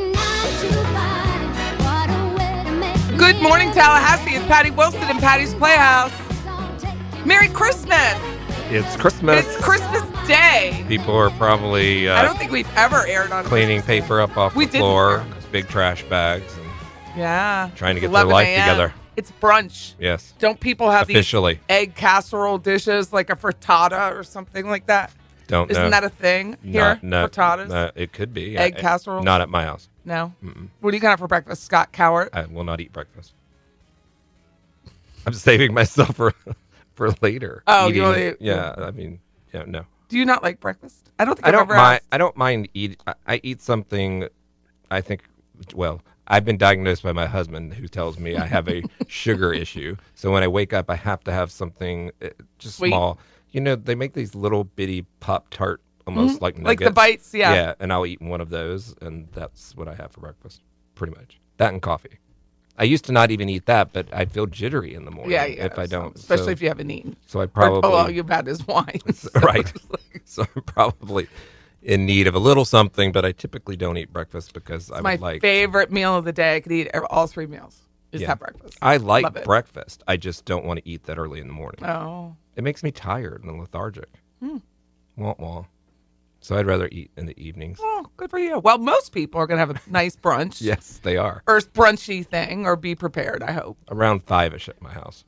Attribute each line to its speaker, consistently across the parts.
Speaker 1: nine to five, what a way to make a
Speaker 2: Good morning,
Speaker 1: living.
Speaker 2: Tallahassee. It's Patty Wilson and Patty's Playhouse.
Speaker 1: It's all taking
Speaker 2: Merry Christmas.
Speaker 3: It's Christmas.
Speaker 2: It's Christmas Day.
Speaker 3: People are probably
Speaker 2: I
Speaker 3: uh,
Speaker 2: don't think we've ever aired on
Speaker 3: cleaning paper up off
Speaker 2: We
Speaker 3: the
Speaker 2: didn't.
Speaker 3: floor, big trash bags, and
Speaker 2: Yeah.
Speaker 3: trying to get their
Speaker 2: 11
Speaker 3: life
Speaker 2: a.m.
Speaker 3: together.
Speaker 2: It's brunch.
Speaker 3: Yes,
Speaker 2: Don't people have these
Speaker 3: officially.
Speaker 2: egg casserole dishes like a frittata or something like that?
Speaker 3: Don't
Speaker 2: Isn't
Speaker 3: know.
Speaker 2: that a thing here?
Speaker 3: Not, not,
Speaker 2: Frittatas?
Speaker 3: not- it could be
Speaker 2: Egg
Speaker 3: I- I-
Speaker 2: casserole?
Speaker 3: Not at my house.
Speaker 2: No. What are you gonna have for breakfast, Scott Cowart?
Speaker 3: I will not eat breakfast. I'm saving myself for for later.
Speaker 2: Oh, you
Speaker 3: Eating
Speaker 2: only-
Speaker 3: it. yeah. I mean, yeah, no.
Speaker 2: Do you not like breakfast? I don't think
Speaker 3: I
Speaker 2: I've
Speaker 3: don't
Speaker 2: ever
Speaker 3: mind.
Speaker 2: asked.
Speaker 3: I don't mind eat. I, I eat something. I think. Well, I've been diagnosed by my husband, who tells me I have a sugar issue. So when I wake up, I have to have something uh, just
Speaker 2: Sweet.
Speaker 3: small. You know, they make these little bitty pop tart, almost like
Speaker 2: Mm-hmm. Like the
Speaker 3: nuggets.
Speaker 2: bites, yeah.
Speaker 3: Yeah, and I'll eat one of those, and that's what I have for breakfast, pretty much. That and coffee. I used to not even eat that, but I feel jittery in the morning
Speaker 2: Yeah, yeah.
Speaker 3: if I
Speaker 2: so-
Speaker 3: don't.
Speaker 2: Especially
Speaker 3: so,
Speaker 2: if you haven't eaten.
Speaker 3: So I
Speaker 2: Or-
Speaker 3: probably
Speaker 2: oh, all you've had is wine. So
Speaker 3: right.
Speaker 2: it's like-
Speaker 3: so I'm probably in need of a little something, but I typically don't eat breakfast because I would
Speaker 2: my
Speaker 3: like
Speaker 2: favorite meal of the day. I could eat ev- all three meals. Just
Speaker 3: Yeah.
Speaker 2: have breakfast.
Speaker 3: I
Speaker 2: Love it.
Speaker 3: like breakfast. I just don't want to eat that early in the morning.
Speaker 2: oh, Hmm.
Speaker 3: It makes me tired and lethargic. Wah wah. So I'd rather eat in the evenings.
Speaker 2: oh, good for you. Well, most people are gonna have a nice brunch.
Speaker 3: Yes, they are
Speaker 2: Or brunchy thing, or be prepared. I hope
Speaker 3: around five ish at my house.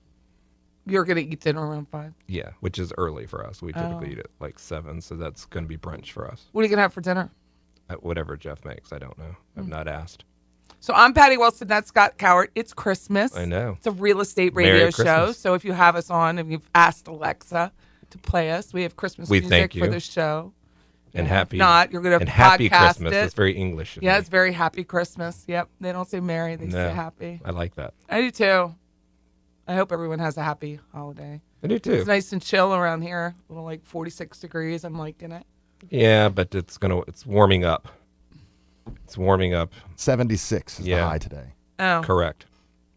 Speaker 2: you're gonna eat dinner around five.
Speaker 3: Yeah, which is early for us. We typically
Speaker 2: Oh.
Speaker 3: eat at like seven, so that's going to be brunch for us.
Speaker 2: What are you gonna have for dinner?
Speaker 3: Uh, Whatever Jeff makes, I don't know.
Speaker 2: Hmm.
Speaker 3: I've not asked.
Speaker 2: So I'm Patty Wilson. That's Scott Cowart. It's Christmas.
Speaker 3: I know.
Speaker 2: It's a real estate
Speaker 3: Merry
Speaker 2: radio show.
Speaker 3: Christmas.
Speaker 2: So if you have us on and you've asked Alexa to play us, we have Christmas
Speaker 3: We
Speaker 2: music
Speaker 3: thank
Speaker 2: for
Speaker 3: you.
Speaker 2: the show.
Speaker 3: And
Speaker 2: Yeah, if
Speaker 3: happy
Speaker 2: not, you're gonna
Speaker 3: and happy
Speaker 2: podcast
Speaker 3: Christmas.
Speaker 2: it.
Speaker 3: That's very English. of
Speaker 2: Yeah,
Speaker 3: me.
Speaker 2: it's very happy Christmas. Yep. They don't say merry, they
Speaker 3: No.
Speaker 2: say happy.
Speaker 3: I like that.
Speaker 2: I do too. I hope everyone has a happy holiday.
Speaker 3: I do too.
Speaker 2: It's nice and chill around here. A little like 46 degrees. I'm liking it.
Speaker 3: Yeah, but it's gonna it's warming up. It's warming up.
Speaker 4: 76 is the
Speaker 3: Yeah.
Speaker 4: high today.
Speaker 2: Oh,
Speaker 3: Correct.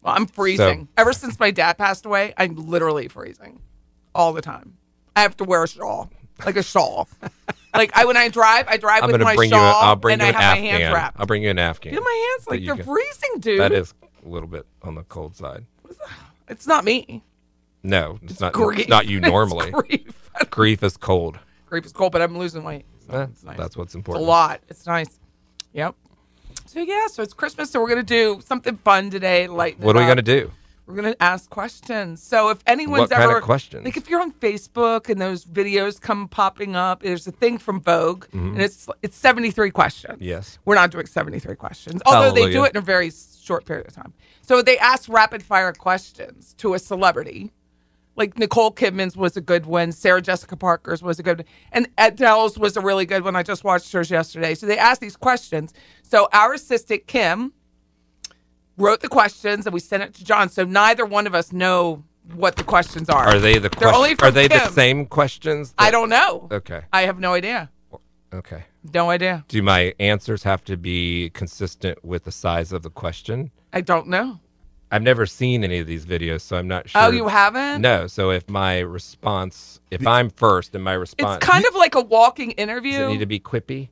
Speaker 2: well, I'm freezing. Ever since my dad passed away, I'm literally freezing all the time. I have to wear a shawl, like a shawl. like I when I drive, I drive
Speaker 3: I'm
Speaker 2: with
Speaker 3: gonna
Speaker 2: my
Speaker 3: bring you.
Speaker 2: shawl
Speaker 3: A, I'll bring
Speaker 2: and
Speaker 3: you
Speaker 2: I
Speaker 3: an
Speaker 2: have my hands
Speaker 3: Afghan.
Speaker 2: wrapped.
Speaker 3: I'll bring you an Afghan.
Speaker 2: Feel my hands like
Speaker 3: you
Speaker 2: they're
Speaker 3: can-
Speaker 2: freezing, dude.
Speaker 3: That is a little bit on the cold side.
Speaker 2: It's not me.
Speaker 3: No, it's not.
Speaker 2: Grief.
Speaker 3: Not you
Speaker 2: It's
Speaker 3: normally. Grief.
Speaker 2: grief.
Speaker 3: is cold.
Speaker 2: grief is cold, but I'm losing weight. So
Speaker 3: Eh,
Speaker 2: it's Oh, nice.
Speaker 3: That's what's
Speaker 2: It's
Speaker 3: important.
Speaker 2: a lot. It's nice. Yep. So yeah, so it's Christmas, so we're gonna do something fun today. Lighten
Speaker 3: What
Speaker 2: it
Speaker 3: are we
Speaker 2: up.
Speaker 3: gonna do?
Speaker 2: We're gonna ask questions. So if anyone's
Speaker 3: What
Speaker 2: ever
Speaker 3: kind of questions?
Speaker 2: like if you're on Facebook and those videos come popping up, there's a thing from Vogue, and it's it's 73 questions.
Speaker 3: Mm-hmm. Yes.
Speaker 2: we're not doing 73 questions, although they do
Speaker 3: Hallelujah.
Speaker 2: it in a very short period of time. So they ask rapid fire questions to a celebrity. Like Nicole Kidman's was a good one, Sarah Jessica Parker's was a good one, and Adele's was a really good one. I just watched hers yesterday. So they asked these questions. So our assistant Kim wrote the questions and we sent it to John. So neither one of us know what the questions are.
Speaker 3: Are they the
Speaker 2: They're only
Speaker 3: questions?
Speaker 2: from
Speaker 3: Are they the
Speaker 2: Kim.
Speaker 3: same questions?
Speaker 2: I
Speaker 3: that-
Speaker 2: don't know.
Speaker 3: Okay.
Speaker 2: I have no idea.
Speaker 3: Okay.
Speaker 2: No idea.
Speaker 3: Do my answers have to be consistent with the size of the question?
Speaker 2: I don't know.
Speaker 3: I've never seen any of these videos, so I'm not sure.
Speaker 2: Oh, you haven't?
Speaker 3: No. So if my response, if I'm first and my
Speaker 2: It's
Speaker 3: response,
Speaker 2: kind of like a walking interview.
Speaker 3: does it need to be quippy?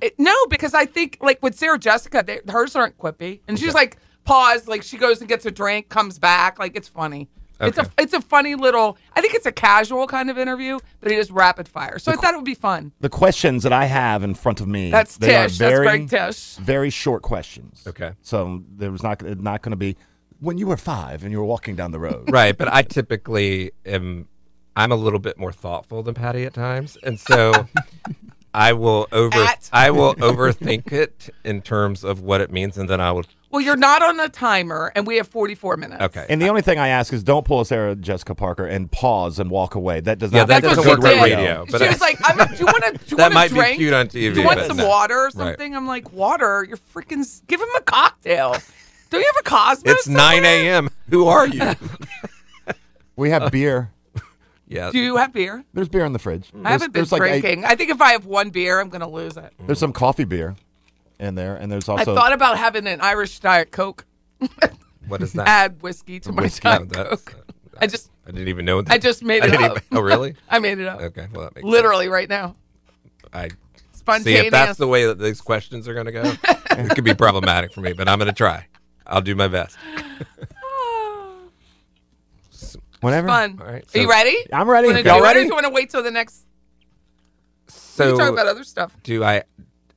Speaker 2: It- no, because I think like with Sarah Jessica, they, hers aren't quippy, and she's like pause, like she goes and gets a drink, comes back, like it's funny. It's a
Speaker 3: Okay.
Speaker 2: it's a funny little. I think it's a casual kind of interview, but it is rapid fire. So I thought it would be fun.
Speaker 4: The questions that I have in front of me.
Speaker 2: That's
Speaker 4: they are
Speaker 2: Tish.
Speaker 4: very,
Speaker 2: That's Greg Tish.
Speaker 4: Very short questions.
Speaker 3: Okay.
Speaker 4: So there was not not going to be when you were five and you were walking down the road.
Speaker 3: right but i typically am i'm a little bit more thoughtful than patty at times and so i will over
Speaker 2: At.
Speaker 3: i will overthink it in terms of what it means and then i will
Speaker 2: Well, you're not on a timer, and we have 44 minutes.
Speaker 3: okay
Speaker 4: And the only thing I ask is don't pull a Sarah Jessica Parker and pause and walk away. That does not.
Speaker 3: Yeah, that
Speaker 4: that
Speaker 2: That's
Speaker 3: doesn't
Speaker 4: doesn't
Speaker 2: what
Speaker 3: work
Speaker 2: she
Speaker 3: with
Speaker 2: did.
Speaker 3: radio but
Speaker 2: she was like, I'm, "Do you want to? Do you
Speaker 3: that
Speaker 2: want
Speaker 3: might
Speaker 2: a drink?
Speaker 3: be cute on
Speaker 2: Do
Speaker 3: tv
Speaker 2: you want
Speaker 3: but
Speaker 2: some
Speaker 3: no.
Speaker 2: water or
Speaker 3: Right.
Speaker 2: something?" I'm like, "Water? You're freaking s- give him a cocktail. Don't you have a Cosmo?
Speaker 3: it's 9
Speaker 2: somewhere?
Speaker 3: a.m who are you
Speaker 4: We have beer.
Speaker 3: yeah
Speaker 2: Do you have beer?
Speaker 4: There's beer in the fridge.
Speaker 2: I haven't been
Speaker 4: there's like a-
Speaker 2: drinking. I think if I have one beer, I'm going to lose it.
Speaker 4: there's some coffee beer in there, and there's
Speaker 2: I
Speaker 4: also
Speaker 2: thought about having an Irish Diet Coke,
Speaker 3: what is that
Speaker 2: add whiskey to my
Speaker 3: Whiskey,
Speaker 2: Diet
Speaker 3: that's- uh,
Speaker 2: Coke. I just,
Speaker 3: i didn't even know that
Speaker 2: I just made
Speaker 3: I
Speaker 2: it
Speaker 3: didn't
Speaker 2: up.
Speaker 3: even- oh really
Speaker 2: I made it up.
Speaker 3: okay well that makes
Speaker 2: Literally right now.
Speaker 3: sense. i see
Speaker 2: Spontaneous.
Speaker 3: if that's the way that these questions are going to go it could be problematic for me but i'm going to try i'll do my best
Speaker 4: whenever.
Speaker 2: Fun.
Speaker 3: All right,
Speaker 2: Are you
Speaker 3: so-
Speaker 2: ready?
Speaker 4: I'm ready.
Speaker 2: Wanna do
Speaker 4: Y'all
Speaker 2: it, or
Speaker 4: ready?
Speaker 2: do you want to wait till the next?
Speaker 3: so
Speaker 2: we can talk about other stuff.
Speaker 3: do I?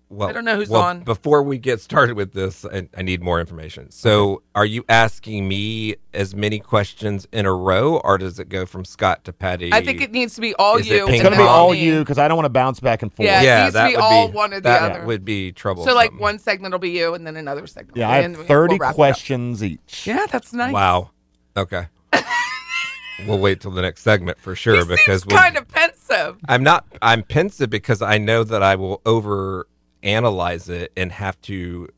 Speaker 3: Well,
Speaker 2: I don't know who's
Speaker 3: well,
Speaker 2: on.
Speaker 3: Before we get started with this, I, I need more information. So, are you asking me as many questions in a row, or does it go from Scott to Patty?
Speaker 2: I think it needs to be all
Speaker 3: Is it
Speaker 2: you.
Speaker 3: ping
Speaker 4: It's
Speaker 2: and
Speaker 4: gonna be
Speaker 2: then
Speaker 3: pong?
Speaker 4: all
Speaker 2: me.
Speaker 4: you because I don't want to bounce back and forth.
Speaker 2: Yeah.
Speaker 3: yeah,
Speaker 2: needs to
Speaker 3: that
Speaker 2: be
Speaker 3: would
Speaker 2: all
Speaker 3: be,
Speaker 2: one or the
Speaker 3: that
Speaker 2: other.
Speaker 3: would be trouble.
Speaker 2: So like one segment will be you, and then another segment.
Speaker 4: Yeah, I
Speaker 2: and
Speaker 4: have
Speaker 2: we'll
Speaker 4: 30
Speaker 2: wrap it up.
Speaker 4: questions each.
Speaker 2: Yeah, that's nice.
Speaker 3: Wow. Okay. we'll wait till the next segment for sure
Speaker 2: He
Speaker 3: because
Speaker 2: seems
Speaker 3: we'll-
Speaker 2: kind of pensive.
Speaker 3: I'm not. I'm pensive because I know that I will over analyze it and have to,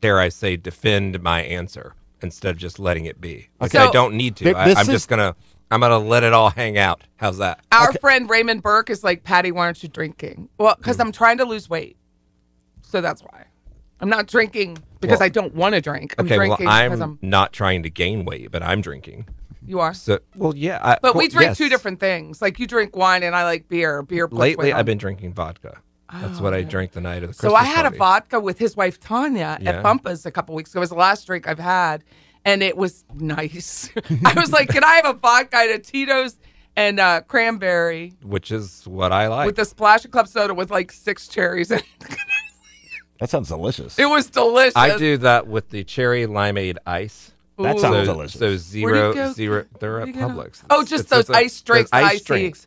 Speaker 3: dare I say, defend my answer instead of just letting it be. Which
Speaker 2: Okay.
Speaker 3: I don't need to.
Speaker 4: Th-
Speaker 3: I,
Speaker 4: this
Speaker 3: I'm
Speaker 4: is-
Speaker 3: just gonna. I'm gonna let it all hang out. How's that?
Speaker 2: Our friend Raymond Burke is like, Patty, why aren't you drinking? Well, because
Speaker 3: Mm.
Speaker 2: I'm trying to lose weight. So that's why. I'm not drinking because
Speaker 3: Well-
Speaker 2: I don't want to drink. I'm
Speaker 3: Okay. Well,
Speaker 2: drinking because
Speaker 3: I'm,
Speaker 2: I'm,
Speaker 3: not trying to gain weight, but I'm drinking.
Speaker 2: you are.
Speaker 3: So, well, yeah. I,
Speaker 2: But
Speaker 3: well,
Speaker 2: we drink
Speaker 3: yes.
Speaker 2: two different things. Like you drink wine and I like beer. Beer. puts
Speaker 3: Lately,
Speaker 2: weight
Speaker 3: I've
Speaker 2: on. Oh,
Speaker 3: been drinking vodka. That's what I drank the night of the.
Speaker 2: So
Speaker 3: Christmas
Speaker 2: I had a
Speaker 3: party.
Speaker 2: vodka with his wife Tanya
Speaker 3: Yeah.
Speaker 2: at Bumpa's a couple weeks ago. It was the last drink I've had, and it was nice. I was like, can I have a vodka and a Tito's and uh, cranberry
Speaker 3: which is what I like.
Speaker 2: with a splash of club soda with like six cherries in it?
Speaker 4: That sounds delicious.
Speaker 2: It was delicious.
Speaker 3: I do that with the cherry limeade ice.
Speaker 4: that
Speaker 2: Ooh.
Speaker 4: sounds
Speaker 3: So,
Speaker 4: delicious.
Speaker 3: so
Speaker 2: Where'd it go?
Speaker 3: zero, zero. They're at
Speaker 2: Where'd it go?
Speaker 3: Publix.
Speaker 2: Oh, just those
Speaker 3: a-
Speaker 2: ice drinks
Speaker 3: those
Speaker 2: that I
Speaker 3: ice
Speaker 2: see.
Speaker 3: drinks.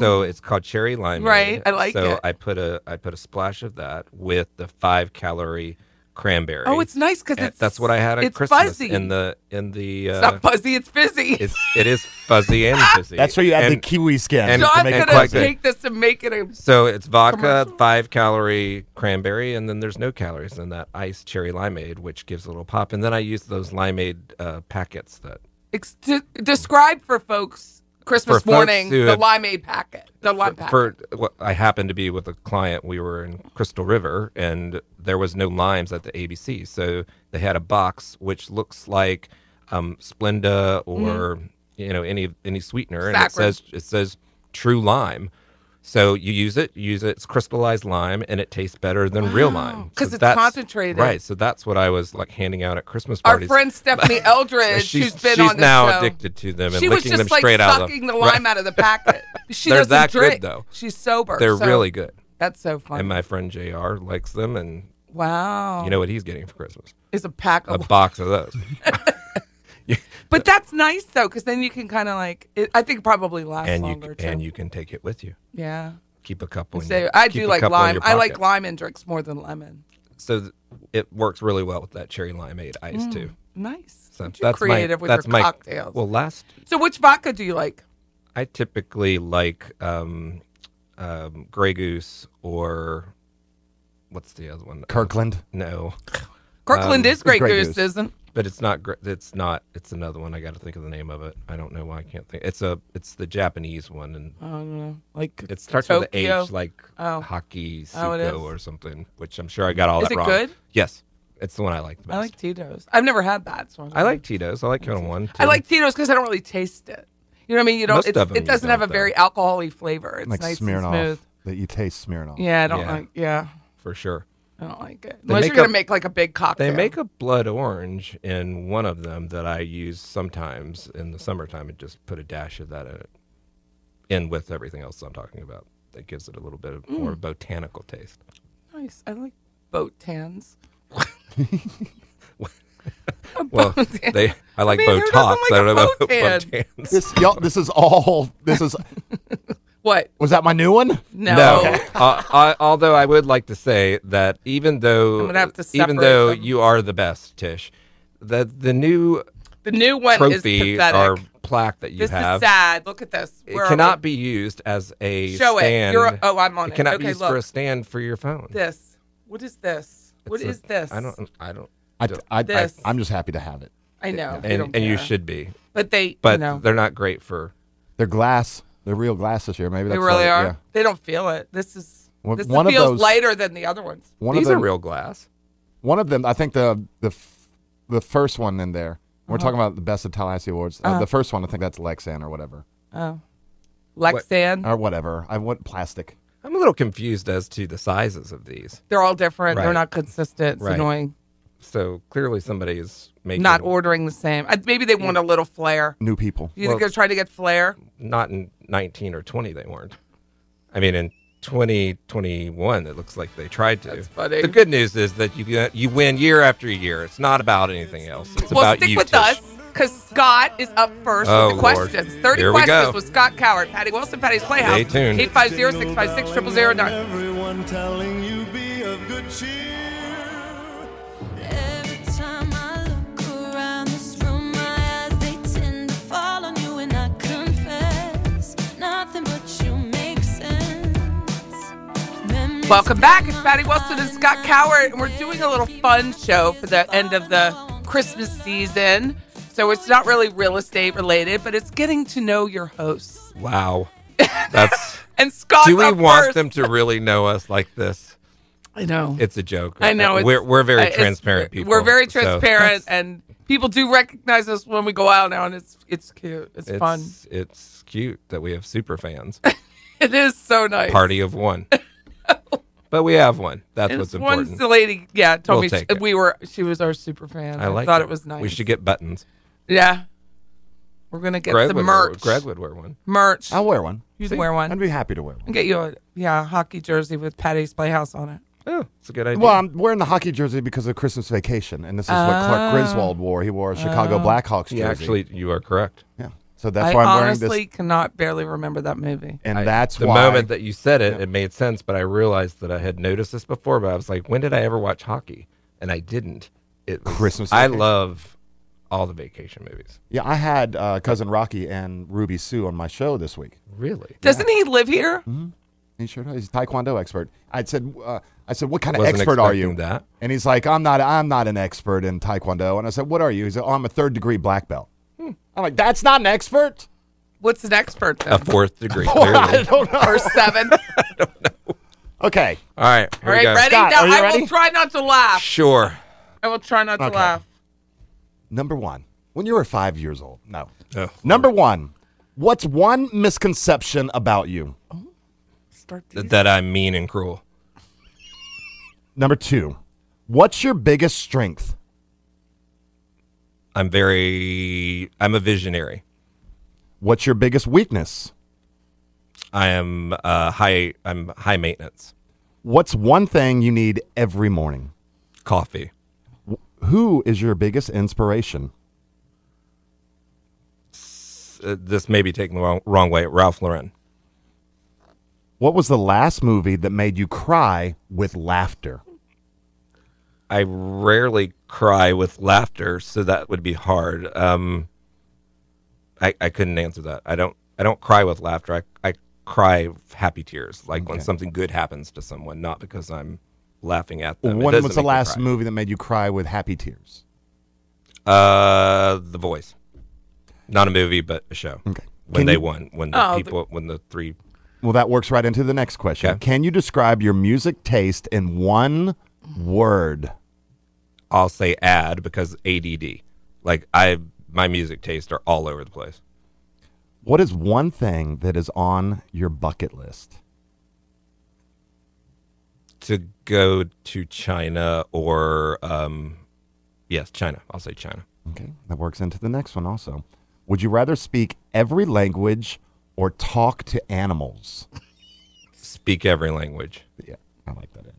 Speaker 3: So it's called cherry limeade.
Speaker 2: Right, I like
Speaker 3: so
Speaker 2: it.
Speaker 3: So I put a I put a splash of that with the five calorie cranberry.
Speaker 2: Oh, it's nice because
Speaker 3: And
Speaker 2: it's
Speaker 3: eh, that's what I had at
Speaker 2: it's
Speaker 3: Christmas
Speaker 2: fuzzy.
Speaker 3: in the in the. Uh,
Speaker 2: it's not fuzzy, it's fizzy.
Speaker 3: it's it is fuzzy and fizzy.
Speaker 4: That's where you add the
Speaker 3: and,
Speaker 4: kiwi skin.
Speaker 3: and-
Speaker 4: to
Speaker 2: John's
Speaker 4: make it
Speaker 3: and
Speaker 2: gonna
Speaker 3: quite
Speaker 4: fuzzy.
Speaker 3: good.
Speaker 2: take this and make it a
Speaker 3: So it's vodka,
Speaker 2: Commercial.
Speaker 3: five calorie cranberry, and then there's no calories in that iced cherry limeade, which gives a little pop. And then I use those limeade uh, packets that
Speaker 2: ex- de- describe for folks Christmas
Speaker 3: folks
Speaker 2: morning
Speaker 3: who
Speaker 2: the
Speaker 3: have-
Speaker 2: limeade packet, the lime packet.
Speaker 3: for well, I happened to be with a client. We were in Crystal River, and there was no limes at the ABC, so they had a box which looks like um, Splenda or you know any any sweetener, and
Speaker 2: Mm-hmm. Saccharin.
Speaker 3: it says it says True Lime. So you use it, you use it. It's crystallized lime, and it tastes better than real lime
Speaker 2: 'Cause
Speaker 3: So
Speaker 2: it's
Speaker 3: that's-
Speaker 2: concentrated.
Speaker 3: Right. So that's what I was like handing out at Christmas
Speaker 2: Our
Speaker 3: parties.
Speaker 2: friend Stephanie Eldridge,
Speaker 3: she's,
Speaker 2: who's been
Speaker 3: she's
Speaker 2: on the
Speaker 3: now
Speaker 2: show,
Speaker 3: addicted to them and
Speaker 2: she was
Speaker 3: licking them
Speaker 2: just like
Speaker 3: straight out of
Speaker 2: sucking the lime out of the packet. She
Speaker 3: They're
Speaker 2: doesn't
Speaker 3: that good,
Speaker 2: drink.
Speaker 3: though.
Speaker 2: She's sober.
Speaker 3: They're
Speaker 2: so
Speaker 3: really good.
Speaker 2: That's so funny.
Speaker 3: And my friend Jr. likes them, and
Speaker 2: wow.
Speaker 3: you know what he's getting for Christmas?
Speaker 2: is a pack
Speaker 3: A
Speaker 2: of.
Speaker 3: box of those.
Speaker 2: but that's nice though, because then you can kind of like. It, I think probably lasts
Speaker 3: and you
Speaker 2: longer too.
Speaker 3: and you can take it with you.
Speaker 2: yeah.
Speaker 3: Keep a couple. In
Speaker 2: So
Speaker 3: your,
Speaker 2: I
Speaker 3: keep
Speaker 2: do
Speaker 3: a
Speaker 2: like
Speaker 3: couple in
Speaker 2: lime.
Speaker 3: your
Speaker 2: I like
Speaker 3: pocket.
Speaker 2: lime in drinks more than lemon.
Speaker 3: So th- it works really well with that cherry limeade ice too.
Speaker 2: Nice. Mm.
Speaker 3: So
Speaker 2: Aren't you
Speaker 3: that's
Speaker 2: creative
Speaker 3: my
Speaker 2: with
Speaker 3: that's
Speaker 2: your
Speaker 3: my
Speaker 2: cocktails.
Speaker 3: Well, last
Speaker 2: so which vodka do you like?
Speaker 3: I typically like um, um, Grey Goose or what's the other one?
Speaker 4: Kirkland.
Speaker 3: No,
Speaker 2: Kirkland
Speaker 3: Um,
Speaker 2: is Great,
Speaker 4: Grey
Speaker 2: Goose,
Speaker 4: Goose.
Speaker 2: isn't?
Speaker 3: but it's not. gr- It's not. It's another one. I got to think of the name of it. I don't know why I can't think. It's a. It's the Japanese one, and
Speaker 2: I don't know. Like
Speaker 3: it starts
Speaker 2: Uh, Tokyo?
Speaker 3: with H, like
Speaker 2: Oh.
Speaker 3: hockey,
Speaker 2: Oh, it
Speaker 3: Suko,
Speaker 2: is?
Speaker 3: or something. Which I'm sure I got all
Speaker 2: Is
Speaker 3: that
Speaker 2: it
Speaker 3: wrong.
Speaker 2: good?
Speaker 3: Yes, it's the one I like the best.
Speaker 2: I like Tito's. I've never had that. So I don't
Speaker 3: I
Speaker 2: know.
Speaker 3: like Tito's. I like Count 'em One.
Speaker 2: I
Speaker 3: too.
Speaker 2: like Tito's because I don't really taste it. You know what I mean? You don't.
Speaker 3: Most
Speaker 2: it's-
Speaker 3: of 'em
Speaker 2: it
Speaker 3: you
Speaker 2: doesn't have a
Speaker 3: don't,
Speaker 2: very alcohol-y flavor. It's
Speaker 4: Like
Speaker 2: nice
Speaker 4: Smirnoff.
Speaker 2: and smooth.
Speaker 4: That you taste Smirnoff.
Speaker 2: Yeah, I don't
Speaker 3: Yeah.
Speaker 2: like. Yeah,
Speaker 3: for sure.
Speaker 2: I don't like it. Unless you're
Speaker 3: make
Speaker 2: gonna
Speaker 3: a-
Speaker 2: make like a big cocktail.
Speaker 3: They make a blood orange in one of them that I use sometimes in the summertime and just put a dash of that in it. In with everything else I'm talking about. That gives it a little bit of
Speaker 2: Mm.
Speaker 3: more botanical taste.
Speaker 2: nice. I like boat tans.
Speaker 3: Well, they I like
Speaker 2: mean, who doesn't
Speaker 3: Botox.
Speaker 2: like
Speaker 3: I
Speaker 2: a
Speaker 3: don't know about
Speaker 2: Botan?
Speaker 3: Botans.
Speaker 4: This, y'all, this is all. This is.
Speaker 2: What?
Speaker 4: Was that my new one?
Speaker 2: No.
Speaker 3: Uh, I, although I would like to say that even though
Speaker 2: I'm gonna have to
Speaker 3: even
Speaker 2: separate
Speaker 3: though
Speaker 2: them.
Speaker 3: you are the best, Tish, that the new
Speaker 2: The new one is
Speaker 3: trophy
Speaker 2: pathetic.
Speaker 3: or plaque that you
Speaker 2: this
Speaker 3: have
Speaker 2: is sad. Look at this.
Speaker 3: it
Speaker 2: Where are
Speaker 3: cannot
Speaker 2: we?
Speaker 3: be used as a
Speaker 2: Show
Speaker 3: stand.
Speaker 2: it. You're, oh, I'm on
Speaker 3: it
Speaker 2: it.
Speaker 3: cannot
Speaker 2: okay,
Speaker 3: be used
Speaker 2: look.
Speaker 3: for a stand for your phone.
Speaker 2: this. What is this? What is
Speaker 3: It's a-
Speaker 2: this?
Speaker 3: I don't. I don't.
Speaker 4: I, I, I,
Speaker 2: This.
Speaker 4: I'm just happy to have it.
Speaker 2: I know. we
Speaker 3: and
Speaker 2: don't
Speaker 3: and you
Speaker 2: care.
Speaker 3: should be,
Speaker 2: But they.
Speaker 3: but
Speaker 2: no.
Speaker 3: they're not great for.
Speaker 4: They're glass. They're real glass this year. Maybe
Speaker 2: They
Speaker 4: that's
Speaker 2: really
Speaker 4: all-
Speaker 2: are.
Speaker 4: yeah.
Speaker 2: They don't feel it. This is
Speaker 4: One-
Speaker 2: this
Speaker 4: one of
Speaker 2: feels
Speaker 4: those-
Speaker 2: lighter than the other ones.
Speaker 4: One
Speaker 3: these
Speaker 4: of them,
Speaker 3: are real glass.
Speaker 4: One of them, I think the the f- the first one in there. We're
Speaker 2: Uh-huh.
Speaker 4: talking about the best of Tallahassee awards. Uh, The first one, I think that's Lexan or whatever
Speaker 2: Lexan,
Speaker 4: or whatever. I want plastic.
Speaker 3: I'm a little confused as to the sizes of these.
Speaker 2: they're all different. They're
Speaker 3: Right.
Speaker 2: not consistent. It's
Speaker 3: Right.
Speaker 2: annoying.
Speaker 3: So clearly somebody is making
Speaker 2: Not ordering the same. I, maybe they want a little flair.
Speaker 4: New people.
Speaker 2: You
Speaker 3: Well-
Speaker 2: think they're trying to get flair?
Speaker 3: not in 19 or 20 they weren't. I mean in 2021 it looks like they tried to.
Speaker 2: That's funny.
Speaker 3: The good news is that you get- you win year after year. It's not about anything else. It's
Speaker 2: well,
Speaker 3: about
Speaker 2: stick
Speaker 3: you.
Speaker 2: with
Speaker 3: Tish.
Speaker 2: us because Scott is up first
Speaker 3: Oh,
Speaker 2: with the
Speaker 3: Lord.
Speaker 2: questions. 30
Speaker 3: Here we
Speaker 2: questions
Speaker 3: go.
Speaker 2: with Scott Coward, Patty Wilson, Patty's Playhouse.
Speaker 3: Stay tuned.
Speaker 2: 850 656
Speaker 5: Everyone telling you be of good cheer.
Speaker 6: Every time I look around this room, my eyes they tend to fall on you, and I confess nothing but you make sense.
Speaker 2: Welcome back. It's Patty Wilson and Scott Coward, and we're doing a little fun show for the end of the Christmas season. So it's not really real estate related, but it's getting to know your hosts.
Speaker 3: Wow. That's
Speaker 2: And Scott,
Speaker 3: Do we want them to really know us like this?
Speaker 2: I know.
Speaker 3: It's a joke.
Speaker 2: I know. it's-
Speaker 3: we're we're very
Speaker 2: I- Uh, it's-
Speaker 3: transparent people.
Speaker 2: We're very
Speaker 3: so
Speaker 2: transparent, and people do recognize us when we go out now, and it's it's cute. It's,
Speaker 3: It's
Speaker 2: fun.
Speaker 3: It's cute that we have super fans.
Speaker 2: It is so nice.
Speaker 3: Party of one. But we have one. That's
Speaker 2: And
Speaker 3: what's
Speaker 2: once
Speaker 3: important.
Speaker 2: the lady, yeah, told
Speaker 3: We'll
Speaker 2: me
Speaker 3: take
Speaker 2: she,
Speaker 3: it.
Speaker 2: we were she was our super fan.
Speaker 3: I like.
Speaker 2: thought it. was nice.
Speaker 3: We should get buttons.
Speaker 2: yeah. We're gonna get
Speaker 3: Greg
Speaker 2: some
Speaker 3: would wear-
Speaker 2: merch.
Speaker 3: Greg would wear one.
Speaker 2: merch.
Speaker 4: I'll wear one.
Speaker 2: You can wear one.
Speaker 4: I'd be happy to wear one.
Speaker 2: and get you a yeah a hockey jersey with Patty's Playhouse on it.
Speaker 3: Oh, it's a good idea.
Speaker 4: Well, I'm wearing the hockey jersey because of Christmas vacation, and this is what
Speaker 2: Ah.
Speaker 4: Clark Griswold wore. He wore a Chicago Blackhawks jersey.
Speaker 3: you actually, you are correct.
Speaker 4: yeah. So that's
Speaker 2: Oh. I
Speaker 4: why I'm wearing
Speaker 2: honestly
Speaker 4: this,
Speaker 2: cannot barely remember that movie.
Speaker 4: and that's
Speaker 3: the
Speaker 4: why.
Speaker 3: moment that you said it, it made sense. But I realized that I had noticed this before. But I was like, when did I ever watch hockey? And I didn't. It was,
Speaker 4: Christmas
Speaker 3: I
Speaker 4: vacation.
Speaker 3: love all the vacation movies.
Speaker 4: yeah, I had uh, cousin Rocky and Ruby Sue on my show this week.
Speaker 3: Really?
Speaker 2: Doesn't he live here?
Speaker 4: Mm-hmm. He sure does. He's a Taekwondo expert. I said, uh, I said, what kind of
Speaker 3: Wasn't
Speaker 4: expert are you?
Speaker 3: expecting that.
Speaker 4: And he's like, I'm not, I'm not an expert in Taekwondo. And I said, what are you? He's like, oh, I'm a third degree black belt. Hmm. I'm like, that's not an expert.
Speaker 2: What's an expert
Speaker 3: A
Speaker 2: then?
Speaker 3: fourth degree.
Speaker 4: I
Speaker 3: clearly.
Speaker 4: don't know.
Speaker 2: Or seven? All
Speaker 4: Okay,
Speaker 3: All right. Here we
Speaker 2: right,
Speaker 3: go.
Speaker 2: ready?
Speaker 4: Scott,
Speaker 2: now
Speaker 4: are you
Speaker 2: I
Speaker 4: ready?
Speaker 2: will try not to laugh.
Speaker 3: Sure.
Speaker 2: I will try not to
Speaker 4: Okay.
Speaker 2: laugh.
Speaker 4: number one, when you were five years old, no.
Speaker 3: Oh,
Speaker 4: Number one, what's one misconception about you?
Speaker 2: start these.
Speaker 3: that I'm mean and cruel.
Speaker 4: Number two, what's your biggest strength?
Speaker 3: I'm very I'm a visionary.
Speaker 4: What's your biggest weakness?
Speaker 3: I am uh, high I'm high maintenance.
Speaker 4: What's one thing you need every morning?
Speaker 3: Coffee.
Speaker 4: Who is your biggest inspiration?
Speaker 3: Uh, this may be taken the wrong, wrong way. Ralph Lauren.
Speaker 4: What was the last movie that made you cry with laughter?
Speaker 3: I rarely cry with laughter, so that would be hard. Um, I, I couldn't answer that. I don't I don't cry with laughter. I, I cry happy tears, like when something good happens to someone, not because I'm laughing at them. Oh, It
Speaker 4: when
Speaker 3: doesn't
Speaker 4: was the
Speaker 3: make me
Speaker 4: last
Speaker 3: cry.
Speaker 4: movie that made you cry with happy tears?
Speaker 3: Uh, The Voice. Not a movie, but a show.
Speaker 4: Okay.
Speaker 3: When
Speaker 4: Can
Speaker 3: they
Speaker 4: you-
Speaker 3: won, when the
Speaker 2: Oh, the-
Speaker 3: people, when the three.
Speaker 4: Well, that works right into the next question.
Speaker 3: Okay.
Speaker 4: Can you describe your music taste in one word?
Speaker 3: I'll say ad because ADD. Like I, my music tastes are all over the place.
Speaker 4: What is one thing that is on your bucket list?
Speaker 3: To go to China or, um, yes, China. I'll say China.
Speaker 4: Okay, that works into the next one also. Would you rather speak every language or talk to animals?
Speaker 3: Speak every language.
Speaker 4: Yeah, I like that answer.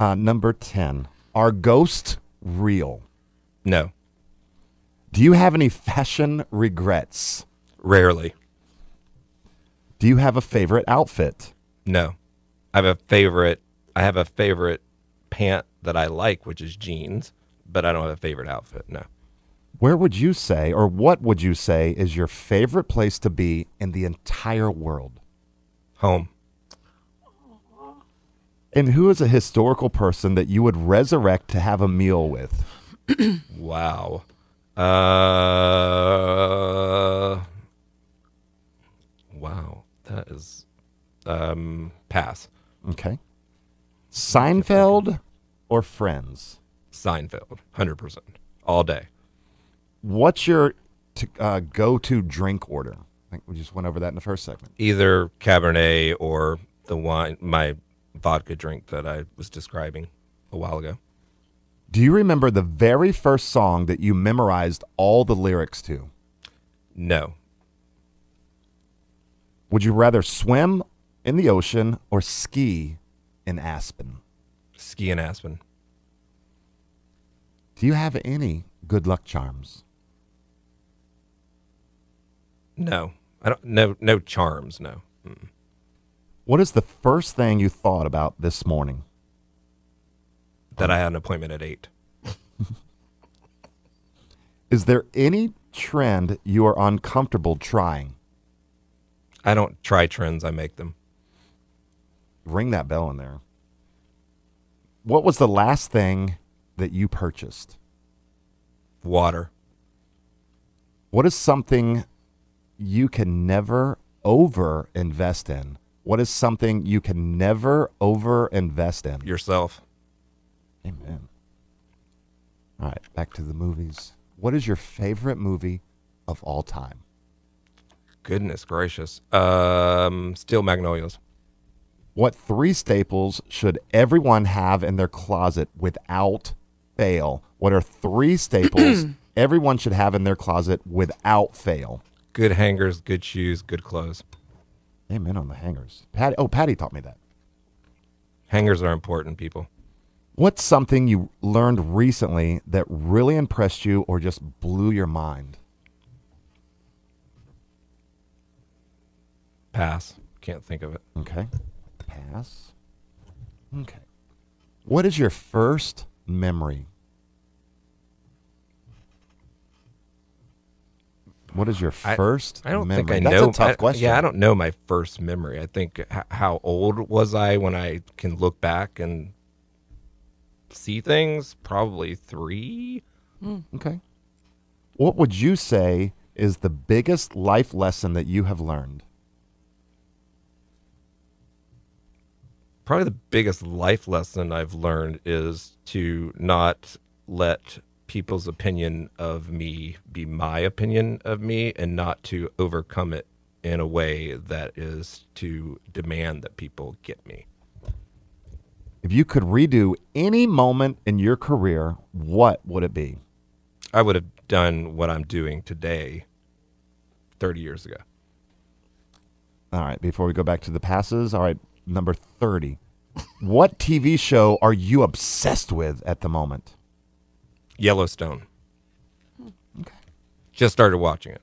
Speaker 4: Uh, number 10. Are ghosts real?
Speaker 3: No,
Speaker 4: Do you have any fashion regrets?
Speaker 3: rarely.
Speaker 4: Do you have a favorite outfit?
Speaker 3: No, I have a favorite. I have a favorite pant that I like, which is jeans, but I don't have a favorite outfit. No.
Speaker 4: Where would you say, or what would you say, is your favorite place to be in the entire world?
Speaker 3: Home.
Speaker 4: And who is a historical person that you would resurrect to have a meal with?
Speaker 3: Wow. Uh, wow. That is um, pass.
Speaker 4: Okay. Seinfeld or Friends?
Speaker 3: Seinfeld, hundred percent, all day.
Speaker 4: What's your t- uh, go to drink order? I think we just went over that in the first segment.
Speaker 3: Either Cabernet or the wine, my vodka drink that I was describing a while ago.
Speaker 4: Do you remember the very first song that you memorized all the lyrics to?
Speaker 3: No,
Speaker 4: Would you rather swim in the ocean or ski in Aspen?
Speaker 3: ski and Aspen.
Speaker 4: Do you have any good luck charms?
Speaker 3: No, I don't. No, no charms. No. Mm.
Speaker 4: What is the first thing you thought about this morning?
Speaker 3: That I had an appointment at eight.
Speaker 4: Is there any trend you are uncomfortable trying?
Speaker 3: I don't try trends. I make them.
Speaker 4: Ring that bell in there. What was the last thing that you purchased?
Speaker 3: Water.
Speaker 4: What is something you can never over invest in? What is something you can never over invest in?
Speaker 3: Yourself.
Speaker 4: Amen. All right, back to the movies. What is your favorite movie of all time?
Speaker 3: Goodness gracious. Um, Steel Magnolias.
Speaker 4: What three staples should everyone have in their closet without fail? What are three staples everyone should have in their closet without fail?
Speaker 3: Good hangers, good shoes, good clothes.
Speaker 4: Amen on the hangers. Patty, oh, Patty taught me that.
Speaker 3: Hangers are important, people.
Speaker 4: What's something you learned recently that really impressed you or just blew your mind?
Speaker 3: Pass. Can't think of it.
Speaker 4: Okay. Pass. Okay. What is your first memory? What is your
Speaker 3: I-
Speaker 4: first
Speaker 3: I don't
Speaker 4: memory?
Speaker 3: think I
Speaker 4: That's
Speaker 3: know.
Speaker 4: a tough
Speaker 3: I-
Speaker 4: question.
Speaker 3: Yeah, I don't know my first memory. I think h- how old was I when I can look back and see things? Probably three.
Speaker 4: Okay. What would you say is the biggest life lesson that you have learned?
Speaker 3: Probably the biggest life lesson I've learned is to not let people's opinion of me be my opinion of me and not to overcome it in a way that is to demand that people get me.
Speaker 4: If you could redo any moment in your career, what would it be?
Speaker 3: I would have done what I'm doing today 30 years ago.
Speaker 4: All right, before we go back to the passes, all right, number 30. What TV show are you obsessed with at the moment?
Speaker 3: Yellowstone. Just started watching it,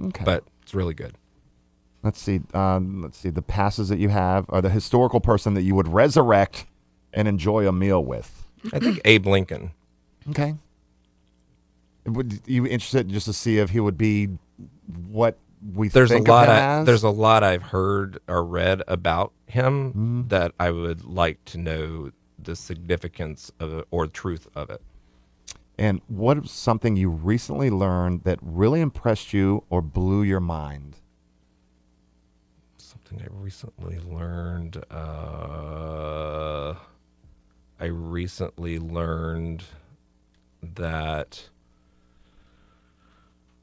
Speaker 4: Okay.
Speaker 3: but it's really good.
Speaker 4: let's see um, let's see the passes that you have are the historical person that you would resurrect and enjoy a meal with.
Speaker 3: I think Abe Lincoln.
Speaker 4: Okay. Would you interested just to see if he would be what we
Speaker 3: There's a
Speaker 4: think
Speaker 3: lot
Speaker 4: of him
Speaker 3: I,
Speaker 4: as?
Speaker 3: there's a lot I've heard or read about him that I would like to know the significance of it or truth of it.
Speaker 4: And what is something you recently learned that really impressed you or blew your mind?
Speaker 3: something I recently learned. Uh, I recently learned that.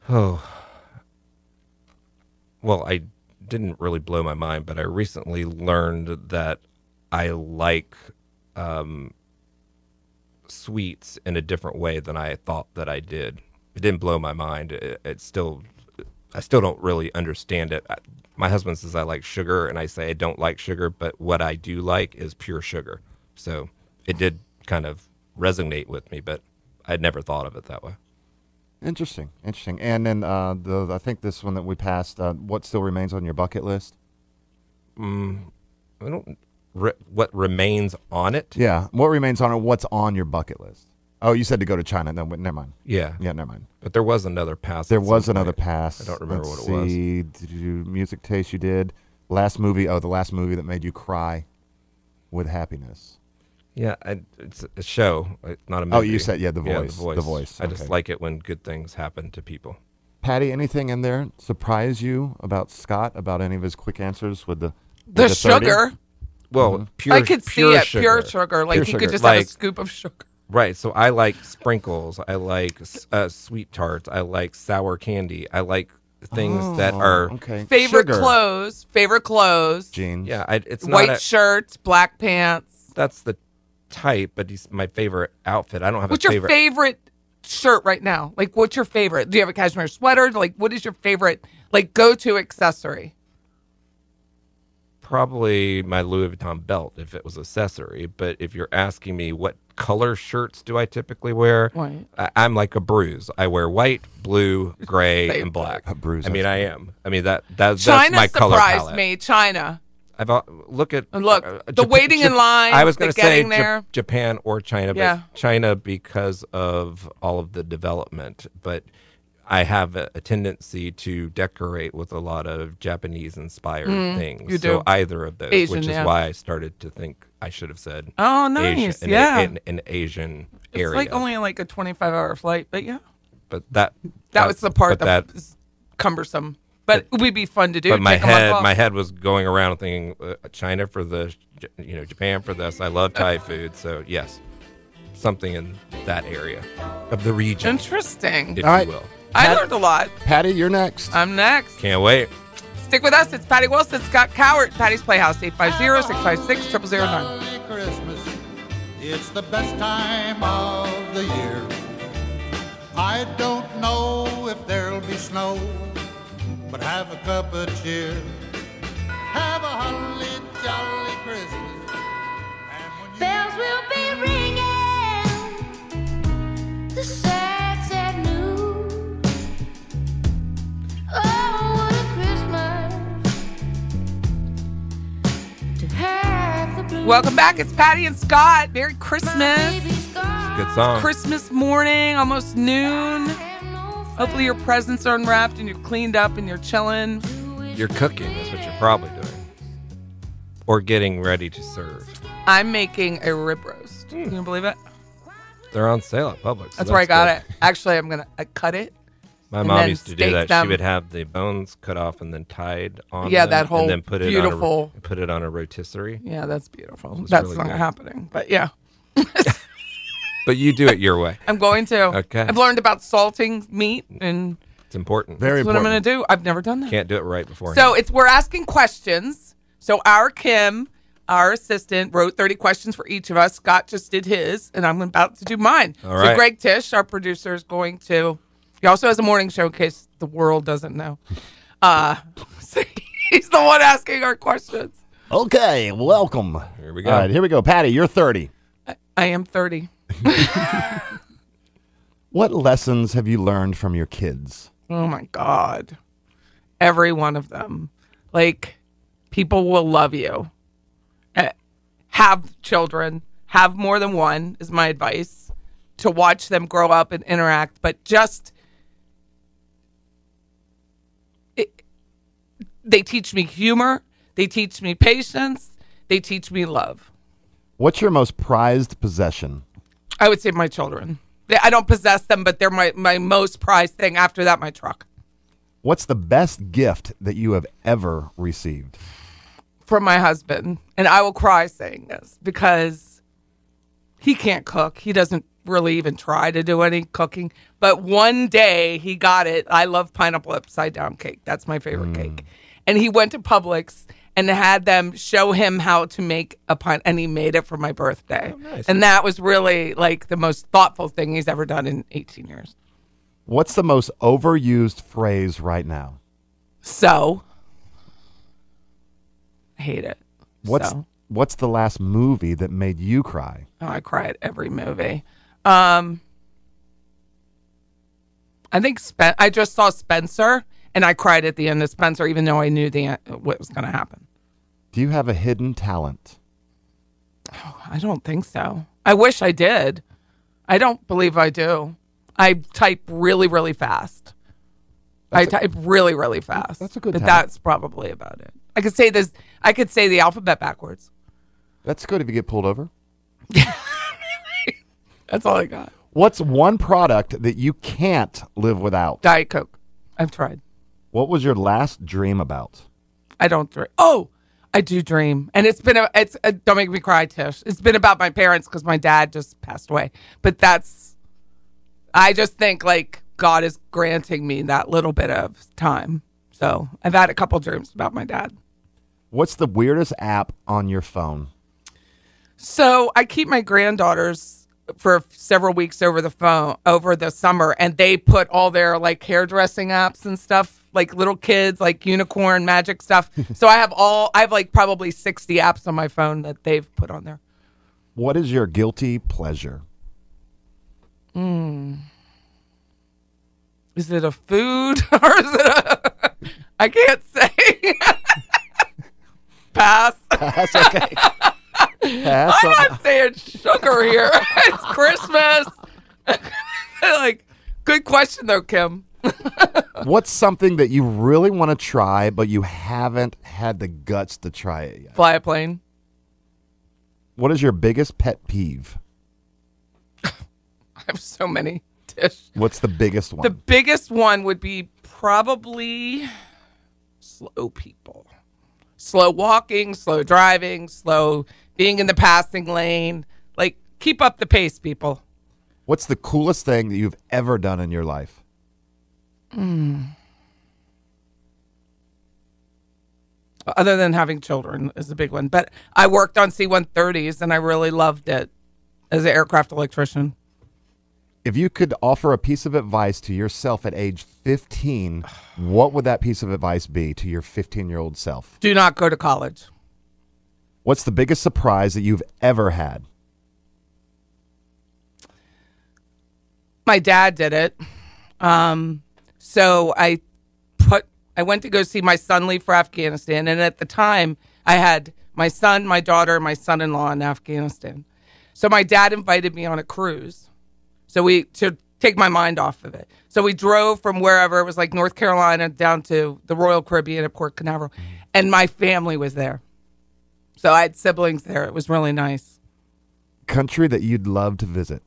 Speaker 3: Oh. Well, I didn't really blow my mind, but I recently learned that I like um, sweets in a different way than I thought that I did. It didn't blow my mind. It, it still I still don't really understand it. I, my husband says I like sugar, and I say I don't like sugar, but what I do like is pure sugar. So it did kind of resonate with me, but I'd never thought of it that way.
Speaker 4: Interesting, interesting. And then uh, the I think this one that we passed. Uh, what still remains on your bucket list?
Speaker 3: I don't. Re, what remains on it?
Speaker 4: Yeah, what remains on it? What's on your bucket list? Oh, you said to go to China. No, wait, never mind.
Speaker 3: Yeah.
Speaker 4: Yeah, never mind.
Speaker 3: But there was another pass.
Speaker 4: There
Speaker 3: at some
Speaker 4: was another
Speaker 3: point.
Speaker 4: pass.
Speaker 3: I don't remember
Speaker 4: Let's
Speaker 3: what it was.
Speaker 4: see. Did you music taste? You did last movie. Oh, the last movie that made you cry with happiness.
Speaker 3: Yeah, I, it's a show, it's not a movie.
Speaker 4: Oh, you said- yeah, The Voice,
Speaker 3: the voice.
Speaker 4: The Voice,
Speaker 3: I just
Speaker 4: okay.
Speaker 3: like it when good things happen to people.
Speaker 4: Patty, anything in there surprise you about Scott? About any of his quick answers with the with
Speaker 2: The
Speaker 4: 30?
Speaker 2: sugar.
Speaker 3: Well,
Speaker 4: Mm-hmm.
Speaker 3: pure.
Speaker 2: I could see
Speaker 3: pure
Speaker 2: it. Pure sugar. Like
Speaker 3: Pure
Speaker 2: he
Speaker 3: sugar.
Speaker 2: could just have
Speaker 3: Like-
Speaker 2: a scoop of sugar.
Speaker 3: Right. So I like sprinkles. I like s- uh, sweet tarts. I like sour candy. I like things that are.
Speaker 4: Oh, okay.
Speaker 2: Favorite
Speaker 4: Sugar.
Speaker 2: clothes. Favorite clothes.
Speaker 4: Jeans.
Speaker 3: Yeah. I, it's
Speaker 2: White
Speaker 3: not. A,
Speaker 2: shirts. Black pants.
Speaker 3: that's the type, but he's my favorite outfit. I don't have
Speaker 2: What's
Speaker 3: a
Speaker 2: your
Speaker 3: favorite.
Speaker 2: favorite shirt right now? Like, what's your favorite? Do you have a cashmere sweater? Like, what is your favorite? Like, go to accessory.
Speaker 3: Probably my Louis Vuitton belt if it was accessory. But if you're asking me what color shirts do I typically wear,
Speaker 2: Right.
Speaker 3: I, I'm like a bruise. I wear white, blue, gray,
Speaker 2: Same.
Speaker 3: and black.
Speaker 4: A bruise,
Speaker 3: I mean, I
Speaker 4: that's
Speaker 3: am. I mean that, that that's
Speaker 2: China
Speaker 3: my color
Speaker 2: surprised
Speaker 3: palette.
Speaker 2: me. China.
Speaker 3: I've al- look at uh,
Speaker 2: And look, the waiting in line,
Speaker 3: I was
Speaker 2: the
Speaker 3: going to say
Speaker 2: getting
Speaker 3: Ja-
Speaker 2: there.
Speaker 3: Japan or China, but
Speaker 2: Yeah.
Speaker 3: China because of all of the development. But I have a, a tendency to decorate with a lot of Japanese-inspired things.
Speaker 2: Mm, you
Speaker 3: So
Speaker 2: do.
Speaker 3: either of those,
Speaker 2: Asian,
Speaker 3: which is
Speaker 2: yeah.
Speaker 3: why I started to think I should have said
Speaker 2: Oh,
Speaker 3: Asia,
Speaker 2: nice.
Speaker 3: an,
Speaker 2: yeah.
Speaker 3: an, an Asian
Speaker 2: it's
Speaker 3: area.
Speaker 2: like only like a 25 hour flight, but yeah.
Speaker 3: but that
Speaker 2: That was the part
Speaker 3: but
Speaker 2: that, was cumbersome. But it would be fun to do.
Speaker 3: but my
Speaker 2: Take a month
Speaker 3: head,
Speaker 2: off.
Speaker 3: my head was going around thinking uh, China for the, J- you know, Japan for this. I love Thai food, so yes, something in that area of the region,
Speaker 2: Interesting.
Speaker 3: if
Speaker 4: All right.
Speaker 3: you will.
Speaker 2: I learned a lot.
Speaker 4: Patty, you're next.
Speaker 2: I'm next.
Speaker 3: Can't wait.
Speaker 2: Stick with us. It's Patty Wilson, Scott Cowart, Patty's Playhouse, 850 656 0009.
Speaker 5: Jolly Christmas, it's the best time of the year. I don't know if there'll be snow, but have a cup of cheer. Have a holly jolly Christmas. And when
Speaker 1: Bells
Speaker 5: you-
Speaker 1: will be ringing. The sad, sad news. Oh, what a Christmas to have the blues.
Speaker 2: Welcome back. It's Patty and Scott. Merry Christmas.
Speaker 1: Baby's gone.
Speaker 3: Good song.
Speaker 2: Christmas morning, almost noon. Hopefully, your presents are unwrapped and you're cleaned up and you're chilling.
Speaker 3: You're cooking. That's what you're probably doing, or getting ready to serve.
Speaker 2: I'm making a rib roast. Can you believe it?
Speaker 3: They're on sale at Publix. so
Speaker 2: That's where I got
Speaker 3: good.
Speaker 2: it. Actually, I'm going to cut it.
Speaker 3: My
Speaker 2: and
Speaker 3: mom
Speaker 2: then
Speaker 3: used to do
Speaker 2: steak
Speaker 3: that.
Speaker 2: them.
Speaker 3: She would have the bones cut off and then tied on.
Speaker 2: Yeah,
Speaker 3: them
Speaker 2: that whole
Speaker 3: and then put it
Speaker 2: beautiful-
Speaker 3: On a, put it on a rotisserie.
Speaker 2: Yeah, that's beautiful.
Speaker 3: It's
Speaker 2: That's
Speaker 3: really
Speaker 2: not
Speaker 3: good.
Speaker 2: happening, but yeah,
Speaker 3: But you do it your way.
Speaker 2: I'm going to.
Speaker 3: Okay.
Speaker 2: I've learned about salting meat and
Speaker 3: It's important.
Speaker 4: Very
Speaker 2: That's what I'm
Speaker 4: important.
Speaker 2: going to do. I've never done that.
Speaker 3: Can't do it right before.
Speaker 2: So it's we're asking questions. So our Kim, our assistant, wrote 30 questions for each of us. Scott just did his, and I'm about to do mine.
Speaker 3: All
Speaker 2: So
Speaker 3: right.
Speaker 2: Greg Tish, our producer, is going to. He also has a morning show in case the world doesn't know. Uh, so he's the one asking our questions.
Speaker 4: Okay, welcome.
Speaker 3: Here we go.
Speaker 4: All right, here we go. Patty, you're 30.
Speaker 2: I am 30.
Speaker 4: What lessons have you learned from your kids?
Speaker 2: Oh my God. Every one of them. Like, people will love you. Eh, Have children, have more than one, is my advice to watch them grow up and interact. But just, it, they teach me humor, they teach me patience, they teach me love.
Speaker 4: What's your most prized possession?
Speaker 2: I would say my children. They- I don't possess them, but they're my, my most prized thing. After that, my truck.
Speaker 4: What's the best gift that you have ever received?
Speaker 2: from my husband, and I will cry saying this because he can't cook. He doesn't really even try to do any cooking. But one day he got it. I love pineapple upside down cake. That's my favorite cake. And he went to Publix and had them show him how to make a pine, and he made it for my birthday. And that was really like the most thoughtful thing he's ever done in 18 years.
Speaker 4: What's the most overused phrase right now?
Speaker 2: So I hate it.
Speaker 4: What's
Speaker 2: So.
Speaker 4: What's the last movie that made you cry?
Speaker 2: Oh, I cry at every movie. Um, I think Spen- I just saw Spencer, and I cried at the end of Spencer, even though I knew the en- what was going to happen.
Speaker 4: Do you have a hidden talent?
Speaker 2: I don't think so. I wish I did. I don't believe I do. I type really, really fast. I type really, really fast.
Speaker 4: That's a good
Speaker 2: But
Speaker 4: talent.
Speaker 2: that's probably about it. I could say this. I could say the alphabet backwards.
Speaker 4: That's good if you get pulled over.
Speaker 2: That's all I got.
Speaker 4: What's one product that you can't live without?
Speaker 2: Diet Coke. I've tried.
Speaker 4: What was your last dream about?
Speaker 2: I don't dream. Oh, I do dream, and it's been a. It's a, don't make me cry, Tish. It's been about my parents because my dad just passed away. But that's, I just think like God is granting me that little bit of time. So I've had a couple dreams about my dad.
Speaker 4: What's the weirdest app on your phone?
Speaker 2: So I keep my granddaughters for several weeks over the phone over the summer, and they put all their like hairdressing apps and stuff, like little kids, like unicorn magic stuff. so I have all I have like probably sixty apps on my phone that they've put on there.
Speaker 4: What is your guilty pleasure?
Speaker 2: Is it a food or is it a? I can't say. Pass.
Speaker 4: That's okay. Pass
Speaker 2: I'm
Speaker 4: on-
Speaker 2: not saying sugar here. it's Christmas. like, good question though, Kim.
Speaker 4: What's something that you really want to try, but you haven't had the guts to try it yet?
Speaker 2: Fly a plane.
Speaker 4: What is your biggest pet peeve?
Speaker 2: I have so many dish.
Speaker 4: What's the biggest one?
Speaker 2: The biggest one would be probably slow people. Slow walking, slow driving, slow being in the passing lane. Like keep up the pace, people.
Speaker 4: What's the coolest thing that you've ever done in your life?
Speaker 2: Other than having children is a big one. But I worked on C 130s and I really loved it as an aircraft electrician.
Speaker 4: If you could offer a piece of advice to yourself at age 15, what would that piece of advice be to your 15 year old self?
Speaker 2: Do not go to college.
Speaker 4: What's the biggest surprise that you've ever had?
Speaker 2: my dad did it. Um, so I put I went to go see my son leave for Afghanistan, and at the time I had my son, my daughter, and my son-in-law in Afghanistan. So my dad invited me on a cruise. So we to take my mind off of it. So we drove from wherever it was like North Carolina down to the Royal Caribbean at Port Canaveral, and my family was there. So I had siblings there. It was really nice.
Speaker 4: Country that you'd love to visit.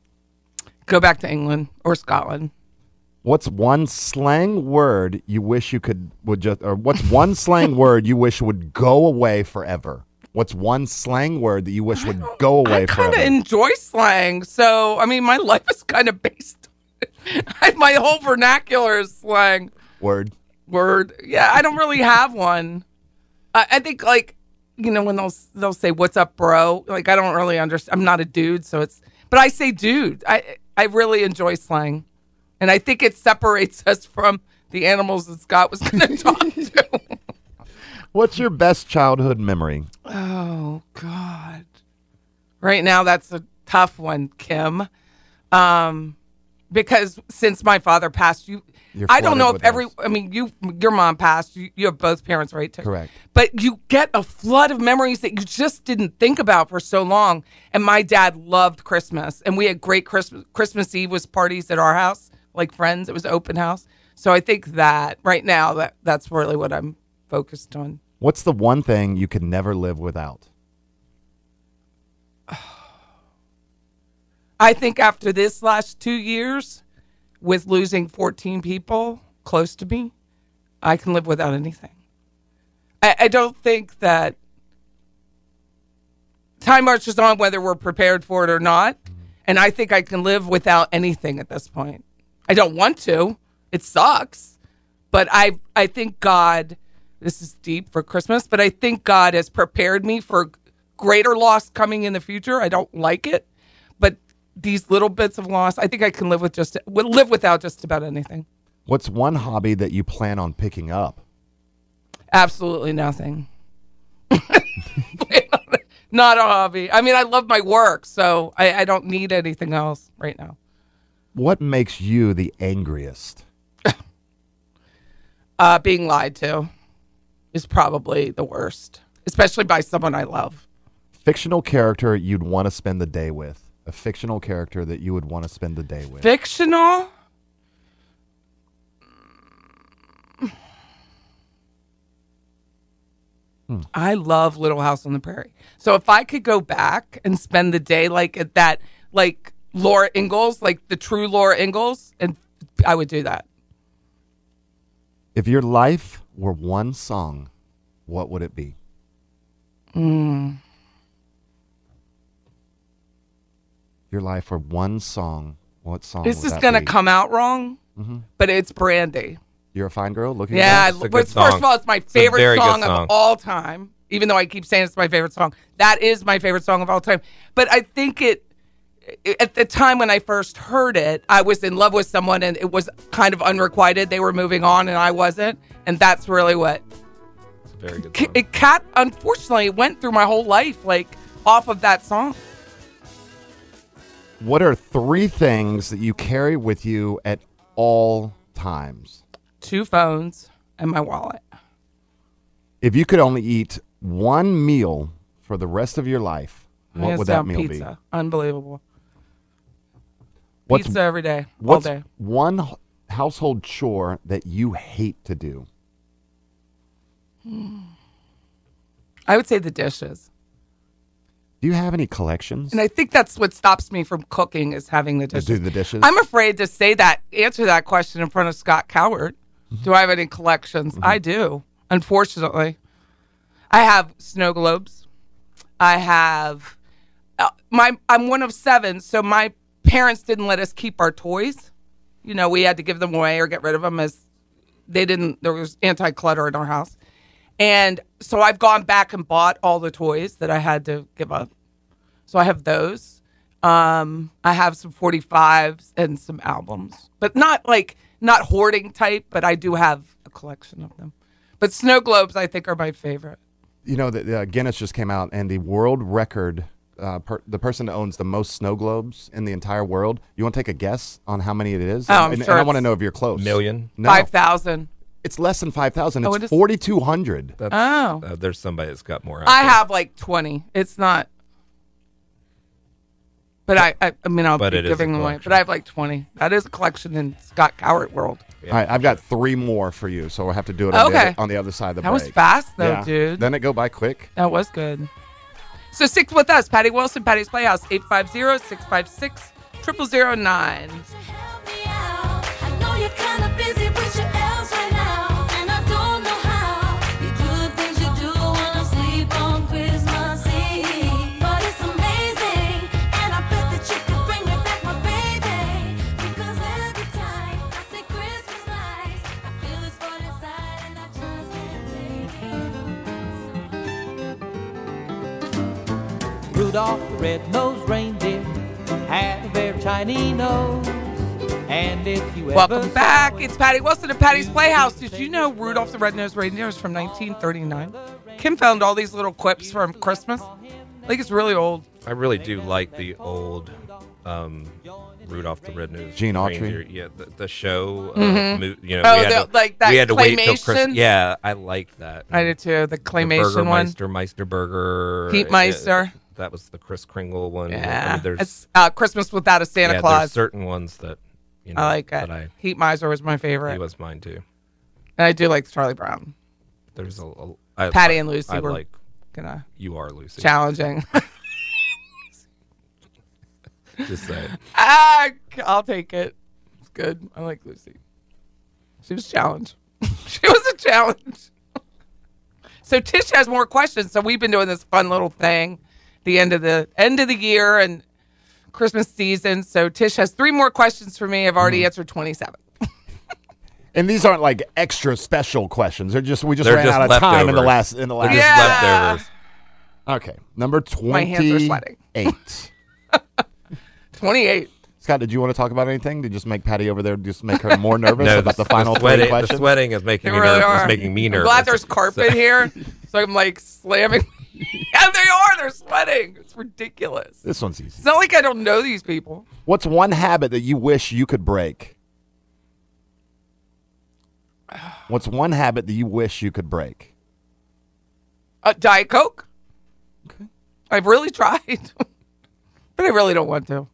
Speaker 2: Go back to England or Scotland.
Speaker 4: What's one slang word you wish you could would just or what's one slang word you wish would go away forever? What's one slang word that you wish would go away
Speaker 2: I kind
Speaker 4: forever?
Speaker 2: of enjoy slang, so I mean, my life is kind of based. My whole vernacular is slang.
Speaker 4: Word.
Speaker 2: word. Yeah, I don't really have one. I, I think like you know when they'll they'll say "What's up, bro?" Like I don't really understand. I'm not a dude, so it's. But I say "dude." I I really enjoy slang, and I think it separates us from the animals that Scott was going to talk to.
Speaker 4: What's your best childhood memory?
Speaker 2: Oh God! Right now, that's a tough one, Kim. Um, because since my father passed, you,
Speaker 4: You're
Speaker 2: I don't
Speaker 4: flooded
Speaker 2: know if
Speaker 4: with
Speaker 2: every.
Speaker 4: those.
Speaker 2: I mean, you, your mom passed. You, you have both parents, right? Too?
Speaker 4: Correct.
Speaker 2: But you get a flood of memories that you just didn't think about for so long. And my dad loved Christmas, and we had great Christmas. Christmas Eve was parties at our house, like friends. It was open house. So I think that right now, that that's really what I'm focused on.
Speaker 4: What's the one thing you could never live without?
Speaker 2: I think after this last two years, with losing 14 people close to me, I can live without anything. I, I don't think that time marches on whether we're prepared for it or not. And I think I can live without anything at this point. I don't want to. It sucks. But I, I think God, this is deep for Christmas, but I think God has prepared me for greater loss coming in the future. I don't like it. But these little bits of loss, I think I can live with just would live without just about anything.
Speaker 4: What's one hobby that you plan on picking up?
Speaker 2: Absolutely nothing. Not a hobby. I mean, I love my work, so I, I don't need anything else right now.
Speaker 4: What makes you the angriest?
Speaker 2: Uh, being lied to is probably the worst, especially by someone I love.
Speaker 4: Fictional character you'd want to spend the day with. A fictional character that you would want to spend the day with.
Speaker 2: Fictional?
Speaker 4: Hmm.
Speaker 2: I love Little House on the Prairie. So if I could go back and spend the day like at that, like Laura Ingalls, like the true Laura Ingalls, and I would do that.
Speaker 4: If your life were one song, what would it be?
Speaker 2: Hmm.
Speaker 4: Your life were one song, what song?
Speaker 2: This
Speaker 4: Oh, would
Speaker 2: is
Speaker 4: that
Speaker 2: gonna
Speaker 4: be? Mm-hmm.
Speaker 2: come out wrong, but it's Brandy.
Speaker 4: You're a fine girl looking.
Speaker 2: Yeah, I,
Speaker 4: glass?
Speaker 3: it's a
Speaker 2: but
Speaker 3: good
Speaker 2: first
Speaker 3: song.
Speaker 2: of all, it's my
Speaker 3: a
Speaker 2: favorite
Speaker 3: very good
Speaker 2: song,
Speaker 3: song.
Speaker 2: of all time. Even though I keep saying it's my favorite song, that is my favorite song of all time. But I think it at the time when I first heard it, I was in love with someone, and it was kind of unrequited. They were moving on, and I wasn't, and that's really what
Speaker 3: It's a very good
Speaker 2: K-
Speaker 3: song.
Speaker 2: it cat unfortunately went through my whole life, like off of that song.
Speaker 4: What are three things that you carry with you at all times?
Speaker 2: Two phones and my wallet.
Speaker 4: If you could only eat one meal for the rest of your life, what
Speaker 2: Hands
Speaker 4: would that
Speaker 2: down,
Speaker 4: meal
Speaker 2: pizza. Unbelievable.
Speaker 4: be? What's
Speaker 2: pizza every day, all
Speaker 4: what's
Speaker 2: day.
Speaker 4: one h- household chore that you hate to do?
Speaker 2: I would say the dishes.
Speaker 4: Do you have any collections?
Speaker 2: And I think that's what stops me from cooking is having the
Speaker 4: to
Speaker 2: dishes.
Speaker 4: do the dishes.
Speaker 2: I'm afraid to say that, answer that question in front of Scott Coward.
Speaker 4: Mm-hmm.
Speaker 2: Do I have any collections? I do, unfortunately. I have snow globes. I have uh, my. I'm one of seven, so my parents didn't let us keep our toys. You know, we had to give them away or get rid of them as they didn't. There was anti clutter in our house, and so I've gone back and bought all the toys that I had to give up. So I have those. Um, I have some 45s and some albums, but not like not hoarding type, but I do have a collection of them. But snow globes, I think, are my favorite.
Speaker 4: you know that uh, Guinness just came out, and the world record. Uh, per, the person that owns the most snow globes in the entire world. You want to take a guess on how many it is?
Speaker 2: Oh, I'm
Speaker 4: and,
Speaker 2: sure
Speaker 4: and I
Speaker 2: it's-
Speaker 4: want to know if you're close.
Speaker 3: Million?
Speaker 4: No,
Speaker 2: Five thousand.
Speaker 4: it's less than five thousand.
Speaker 2: Oh,
Speaker 4: It's
Speaker 2: it is-
Speaker 4: forty two hundred.
Speaker 3: That's,
Speaker 2: Oh,
Speaker 3: uh, there's somebody that's got more. out
Speaker 2: I
Speaker 3: there.
Speaker 2: have like twenty. It's not. But I, I, I mean, I'll
Speaker 3: But
Speaker 2: be
Speaker 3: it is a
Speaker 2: giving them away.
Speaker 3: collection.
Speaker 2: But I have like twenty. That is a collection in Scott Cowart world.
Speaker 4: All right, I've got three more for you, so we'll have to do it on, the,
Speaker 2: Okay.
Speaker 4: other, on the other side of the
Speaker 2: That
Speaker 4: break.
Speaker 2: was fast though,
Speaker 4: Yeah.
Speaker 2: dude.
Speaker 4: Doesn't it go by quick?
Speaker 2: That was good. So stick with us, Patty Wilson, Patty's Playhouse, 850-656-0009.
Speaker 6: Help me out. I know you're kinda busy with your elves right now, and I don't know how. You do the things you do when I sleep on Christmas Eve. But it's amazing, and I bet that you can bring me back my baby. Because every
Speaker 7: Rudolph the red-nosed reindeer had a very shiny nose. And if you ever
Speaker 2: Welcome
Speaker 7: saw
Speaker 2: back.
Speaker 7: one-
Speaker 2: It's Patty Wilson at Patty's Playhouse. Did you know Rudolph the Red-Nosed Reindeer is from 1939? Kim found all these little clips from Christmas. Like it's really old.
Speaker 3: I really do like the old um, Rudolph the Red Nose.
Speaker 4: Gene Autry?
Speaker 3: Yeah, the, the show. Uh, mo- you know,
Speaker 2: Oh,
Speaker 3: we had
Speaker 2: the-
Speaker 3: to,
Speaker 2: like that
Speaker 3: we had to wait till
Speaker 2: claymation?
Speaker 3: Christmas. Yeah, I liked that.
Speaker 2: I did too. The
Speaker 3: the
Speaker 2: claymation one.
Speaker 3: Burgermeister, Meister Burger,
Speaker 2: Pete
Speaker 3: uh,
Speaker 2: Meister.
Speaker 3: that was the Chris Kringle one. I mean,
Speaker 2: Yeah.
Speaker 3: there's
Speaker 2: It's uh, Christmas without a
Speaker 3: yeah,
Speaker 2: Santa
Speaker 3: there's
Speaker 2: Claus.
Speaker 3: certain ones that you know
Speaker 2: I like
Speaker 3: that
Speaker 2: it.
Speaker 3: I
Speaker 2: Heat Miser was my favorite.
Speaker 3: he was mine too.
Speaker 2: and I do like Charlie Brown.
Speaker 3: There's a, a I,
Speaker 2: Patty
Speaker 3: I-
Speaker 2: and Lucy
Speaker 3: I
Speaker 2: were-
Speaker 3: like
Speaker 2: Kind of
Speaker 3: you are Lucy.
Speaker 2: challenging.
Speaker 3: Just say it.
Speaker 2: ah, I'll take it. It's good. I like Lucy. She was challenged. she was a challenge. so Tish has more questions. So we've been doing this fun little thing, the end of the end of the year and Christmas season. So Tish has three more questions for me. I've already
Speaker 3: Mm-hmm.
Speaker 2: answered twenty-seven.
Speaker 4: And these aren't like extra special questions. They're just we just
Speaker 3: They're
Speaker 4: ran
Speaker 3: just
Speaker 4: out of time in the
Speaker 3: leftovers.
Speaker 4: last in the
Speaker 3: They're
Speaker 4: last.
Speaker 3: just
Speaker 2: Yeah.
Speaker 3: leftovers.
Speaker 4: Okay, number
Speaker 2: My hands are
Speaker 4: twenty
Speaker 2: sweating.
Speaker 4: eight.
Speaker 2: Twenty-eight.
Speaker 4: Scott, did you want to talk about anything? Did you just make Patty over there just make her more nervous
Speaker 3: No,
Speaker 4: about the, final three
Speaker 3: sweating, the
Speaker 4: questions?
Speaker 3: sweating is making
Speaker 2: They
Speaker 3: me
Speaker 2: really
Speaker 3: nervous.
Speaker 2: are.
Speaker 3: It's making me
Speaker 2: I'm
Speaker 3: nervous.
Speaker 2: glad there's carpet here, so I'm like slamming. yeah, they are. They're sweating. It's ridiculous.
Speaker 4: This one's easy.
Speaker 2: It's not like I don't know these people.
Speaker 4: What's one habit that you wish you could break? What's one habit that you wish you could break?
Speaker 2: Uh, Diet Coke. I've really tried, but I really don't want to.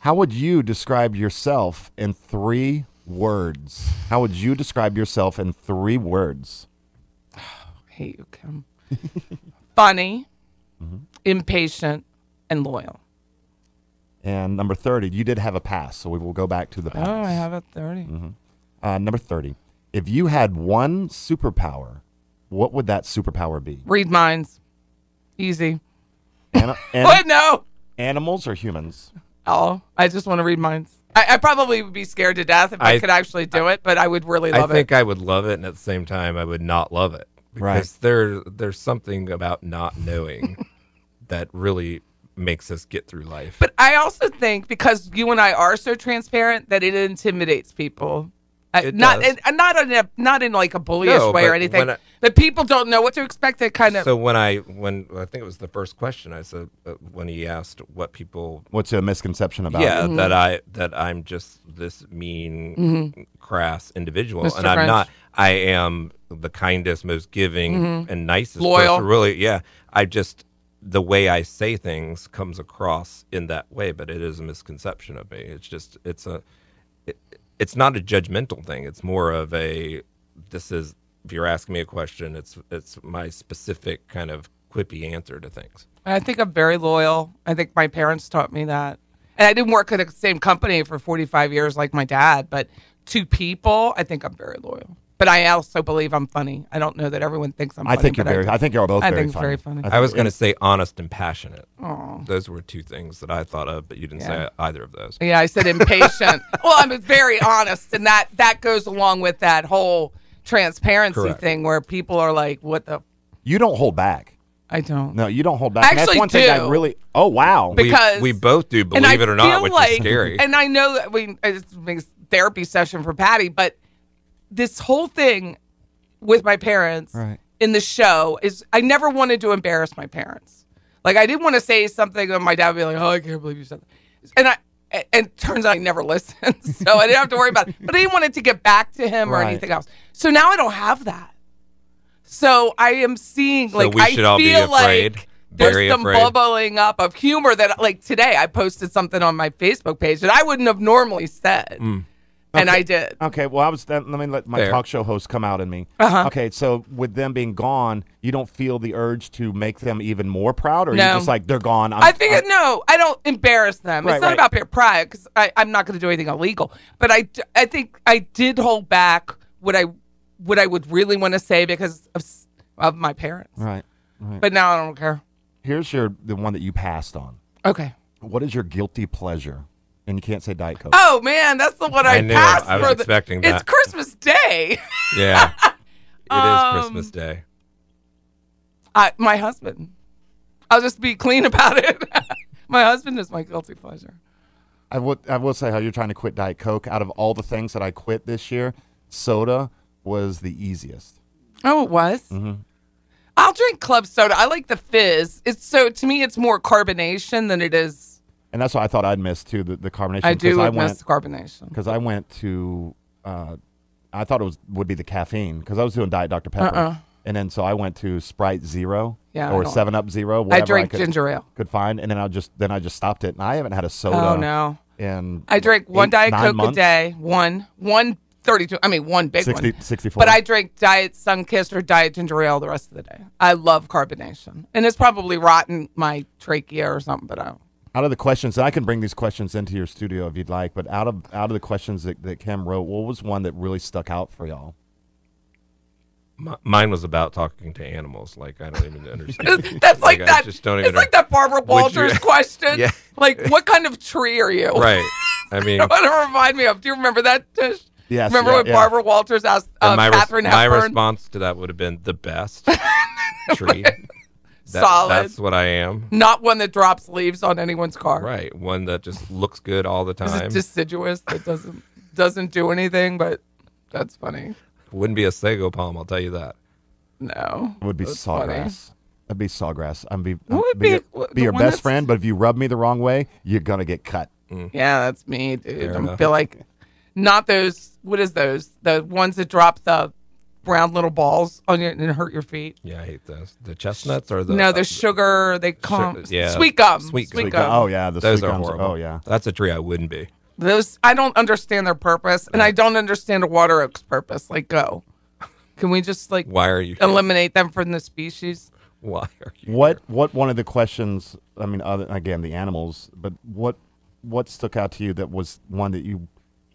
Speaker 4: How would you describe yourself in three words? How would you describe yourself in three words?
Speaker 2: I hate you, Kim. Funny,
Speaker 3: Mm-hmm.
Speaker 2: impatient, and loyal.
Speaker 4: And number 30, you did have a pass, so we will go back to the pass.
Speaker 2: Oh, I have a 30.
Speaker 3: Mm-hmm.
Speaker 4: Uh, number 30, if you had one superpower, what would that superpower be?
Speaker 2: Read minds. Easy.
Speaker 4: Ana- ana-
Speaker 2: What? No.
Speaker 4: animals or humans?
Speaker 2: Oh, I just want to read minds. I, I probably would be scared to death if I,
Speaker 3: I-
Speaker 2: could actually do it, but I would really
Speaker 3: I
Speaker 2: love
Speaker 3: think
Speaker 2: it.
Speaker 3: I would love it, and at the same time, I would not love it because
Speaker 4: Right.
Speaker 3: there there's something about not knowing that really makes us get through life.
Speaker 2: But I also think because you and I are so transparent that it intimidates people. Uh,
Speaker 3: It
Speaker 2: not
Speaker 3: does.
Speaker 2: and not in a not in like a bullyish
Speaker 3: No,
Speaker 2: way or
Speaker 3: but
Speaker 2: anything.
Speaker 3: when I-
Speaker 2: but people don't know what to expect. That kind of
Speaker 3: so when I when I think it was the first question I said uh, when he asked what people
Speaker 4: What's a misconception about
Speaker 3: yeah
Speaker 4: it?
Speaker 3: that I that I'm just this mean crass individual
Speaker 2: Mr.
Speaker 3: and I'm
Speaker 2: French.
Speaker 3: not I am the kindest most giving and nicest
Speaker 2: Loyal.
Speaker 3: person, really yeah I just the way I say things comes across in that way but it is a misconception of me it's just it's a it, it's not a judgmental thing it's more of a this is if you're asking me a question it's it's my specific kind of quippy answer to things
Speaker 2: I think I'm very loyal. I think my parents taught me that. And I didn't work at the same company for 45 years like my dad, but to people, I think I'm very loyal. But I also believe I'm funny. I don't know that everyone thinks I'm
Speaker 4: I
Speaker 2: funny.
Speaker 4: think you're
Speaker 2: but
Speaker 4: very. I, think you're both
Speaker 2: I
Speaker 4: very
Speaker 2: think it's
Speaker 4: funny.
Speaker 2: very funny.
Speaker 4: think
Speaker 3: I was
Speaker 4: you're-
Speaker 3: going to say honest and passionate. Those were two things that I thought of, but you didn't
Speaker 2: Yeah.
Speaker 3: say either of those.
Speaker 2: Yeah, I said impatient. well, I'm very honest, and that that goes along with that whole transparency
Speaker 3: Correct.
Speaker 2: thing where people are like, "What the?
Speaker 4: You don't hold back.
Speaker 2: I don't."
Speaker 4: No, you don't hold back.
Speaker 2: I
Speaker 4: And that's
Speaker 2: actually
Speaker 4: one thing I
Speaker 2: do.
Speaker 4: really. Oh wow.
Speaker 3: We-
Speaker 2: Because-
Speaker 3: we, both do, believe
Speaker 2: and I
Speaker 3: it or not,
Speaker 2: feel
Speaker 3: which
Speaker 2: like,
Speaker 3: is scary.
Speaker 2: And I know that we I just make this therapy session for Patty, but this whole thing with my parents
Speaker 4: Right.
Speaker 2: in the show is I never wanted to embarrass my parents. Like I didn't want to say something and my dad would be like, "Oh, I can't believe you said that," and I. and- And turns out he never listened, so I didn't have to worry about it. But I didn't want it to get back to him or
Speaker 4: Right.
Speaker 2: anything else. So now I don't have that. So I am seeing
Speaker 3: So
Speaker 2: like
Speaker 3: we
Speaker 2: I
Speaker 3: should all be
Speaker 2: feel
Speaker 3: afraid,
Speaker 2: like
Speaker 3: very
Speaker 2: there's some
Speaker 3: afraid.
Speaker 2: bubbling up of humor that like today I posted something on my Facebook page that I wouldn't have normally said,
Speaker 3: Mm.
Speaker 2: and I did.
Speaker 4: Okay. Well, I was. That, let me let my
Speaker 3: Fair.
Speaker 4: talk show host come out in me.
Speaker 2: Uh-huh.
Speaker 4: Okay. So with them being gone, you don't feel the urge to make them even more proud, or
Speaker 2: No.
Speaker 4: you're just like they're gone. I'm,
Speaker 2: I think
Speaker 4: I'm-
Speaker 2: it- no, I don't embarrass them.
Speaker 4: Um, Right,
Speaker 2: it's not
Speaker 4: right.
Speaker 2: about about pride because I'm not going to do anything illegal. But I, d- I think I did hold back what I what I would really want to say because of s- of my parents.
Speaker 4: Right.
Speaker 2: But now I don't care.
Speaker 4: Here's your the one that you passed on.
Speaker 2: Okay.
Speaker 4: What is your guilty pleasure? And you can't say Diet Coke.
Speaker 2: Oh man, that's the one I,
Speaker 3: I knew it.
Speaker 2: passed
Speaker 3: I was
Speaker 2: for the-
Speaker 3: expecting
Speaker 2: It's
Speaker 3: that.
Speaker 2: Christmas Day.
Speaker 3: yeah. it is
Speaker 2: Um,
Speaker 3: Christmas Day.
Speaker 2: I, my husband. I'll just be clean about it. my husband is my guilty pleasure.
Speaker 4: I will, I will say how you're trying to quit Diet Coke. Out of all the things that I quit this year, soda was the easiest.
Speaker 2: Oh, it was. I'll drink club soda. I like the fizz. It's so to me, it's more carbonation than it is.
Speaker 4: And that's what I thought I'd miss too the, the carbonation.
Speaker 2: I do
Speaker 4: I
Speaker 2: miss
Speaker 4: went,
Speaker 2: the carbonation.
Speaker 4: Because I went to, uh, I thought it was would be the caffeine because I was doing Diet Dr. Pepper.
Speaker 2: Uh-uh.
Speaker 4: And then so I went to Sprite Zero
Speaker 2: Yeah, I
Speaker 4: or
Speaker 2: don't-
Speaker 4: 7 Up Zero. whatever
Speaker 2: drank
Speaker 4: could-
Speaker 2: ginger ale.
Speaker 4: Could find. And then I just then I just stopped it. And I haven't had a soda.
Speaker 2: Oh no.
Speaker 4: In
Speaker 2: I drank one
Speaker 4: eight,
Speaker 2: Diet
Speaker 4: nine
Speaker 2: Coke
Speaker 4: months.
Speaker 2: a day. One. One thirty-two. I mean, one big
Speaker 4: 60
Speaker 2: one.
Speaker 4: 64.
Speaker 2: But I drink Diet Sunkist or Diet Ginger Ale the rest of the day. I love carbonation, and it's probably rotten my trachea or something. But I don't.
Speaker 4: out of the questions, and I can bring these questions into your studio if you'd like, but out of out of the questions that, that Cam wrote, what was one that really stuck out for y'all?
Speaker 3: M- mine was about talking to animals. Like I don't even understand.
Speaker 2: That's like,
Speaker 3: I
Speaker 2: that.
Speaker 3: just don't
Speaker 2: it's
Speaker 3: even.
Speaker 2: like that Barbara
Speaker 3: Would you-
Speaker 2: Walters question.
Speaker 3: Yeah.
Speaker 2: Like, what kind of tree are you?
Speaker 3: right. I mean,
Speaker 2: want to remind me of. Do you remember that, Tish?
Speaker 4: Yes,
Speaker 2: Remember
Speaker 4: yeah,
Speaker 2: when
Speaker 4: yeah.
Speaker 2: Barbara Walters asked uh,
Speaker 3: and my, res-
Speaker 2: Catherine
Speaker 3: my
Speaker 2: Hepburn?
Speaker 3: response to that would have been the best tree. That-
Speaker 2: Solid.
Speaker 3: That's what I am.
Speaker 2: Not one that drops leaves on anyone's car.
Speaker 3: Right. One that just looks good all the
Speaker 2: Is it
Speaker 3: time.
Speaker 2: deciduous that doesn't doesn't do anything? But that's funny.
Speaker 3: Wouldn't be a sago palm, I'll tell you that.
Speaker 2: No.
Speaker 4: It would be
Speaker 2: funny.
Speaker 4: sawgrass. That'd be sawgrass. I'd be
Speaker 2: What would
Speaker 4: be,
Speaker 2: be-
Speaker 4: your-
Speaker 2: what-
Speaker 4: be
Speaker 2: the
Speaker 4: your
Speaker 2: one
Speaker 4: best
Speaker 2: that's-
Speaker 4: friend, but if you rub me the wrong way, you're gonna get cut.
Speaker 2: Yeah, that's me, dude. I
Speaker 3: Hmm. enough.
Speaker 2: feel like not those. What is those? The ones that drop the brown little balls on your and hurt your feet.
Speaker 3: Yeah, I hate those. The chestnuts or the uh,
Speaker 2: no, the sugar they come
Speaker 3: yeah.
Speaker 2: sweet gum.
Speaker 3: Sweet gum.
Speaker 4: Sweet
Speaker 2: Sweet
Speaker 4: gum.
Speaker 2: gum.
Speaker 4: Oh yeah, the
Speaker 3: those
Speaker 4: sweet
Speaker 3: are
Speaker 4: gums.
Speaker 3: horrible.
Speaker 4: Oh yeah.
Speaker 3: That's a tree I wouldn't be.
Speaker 2: Those I don't understand their purpose, and I don't understand a water oak's purpose. Like, go. Can we just like
Speaker 3: Why are you here?
Speaker 2: eliminate them from the species?
Speaker 3: Why are you
Speaker 4: What what one of the questions? I mean, other, again, the animals, but what what stuck out to you that was one that you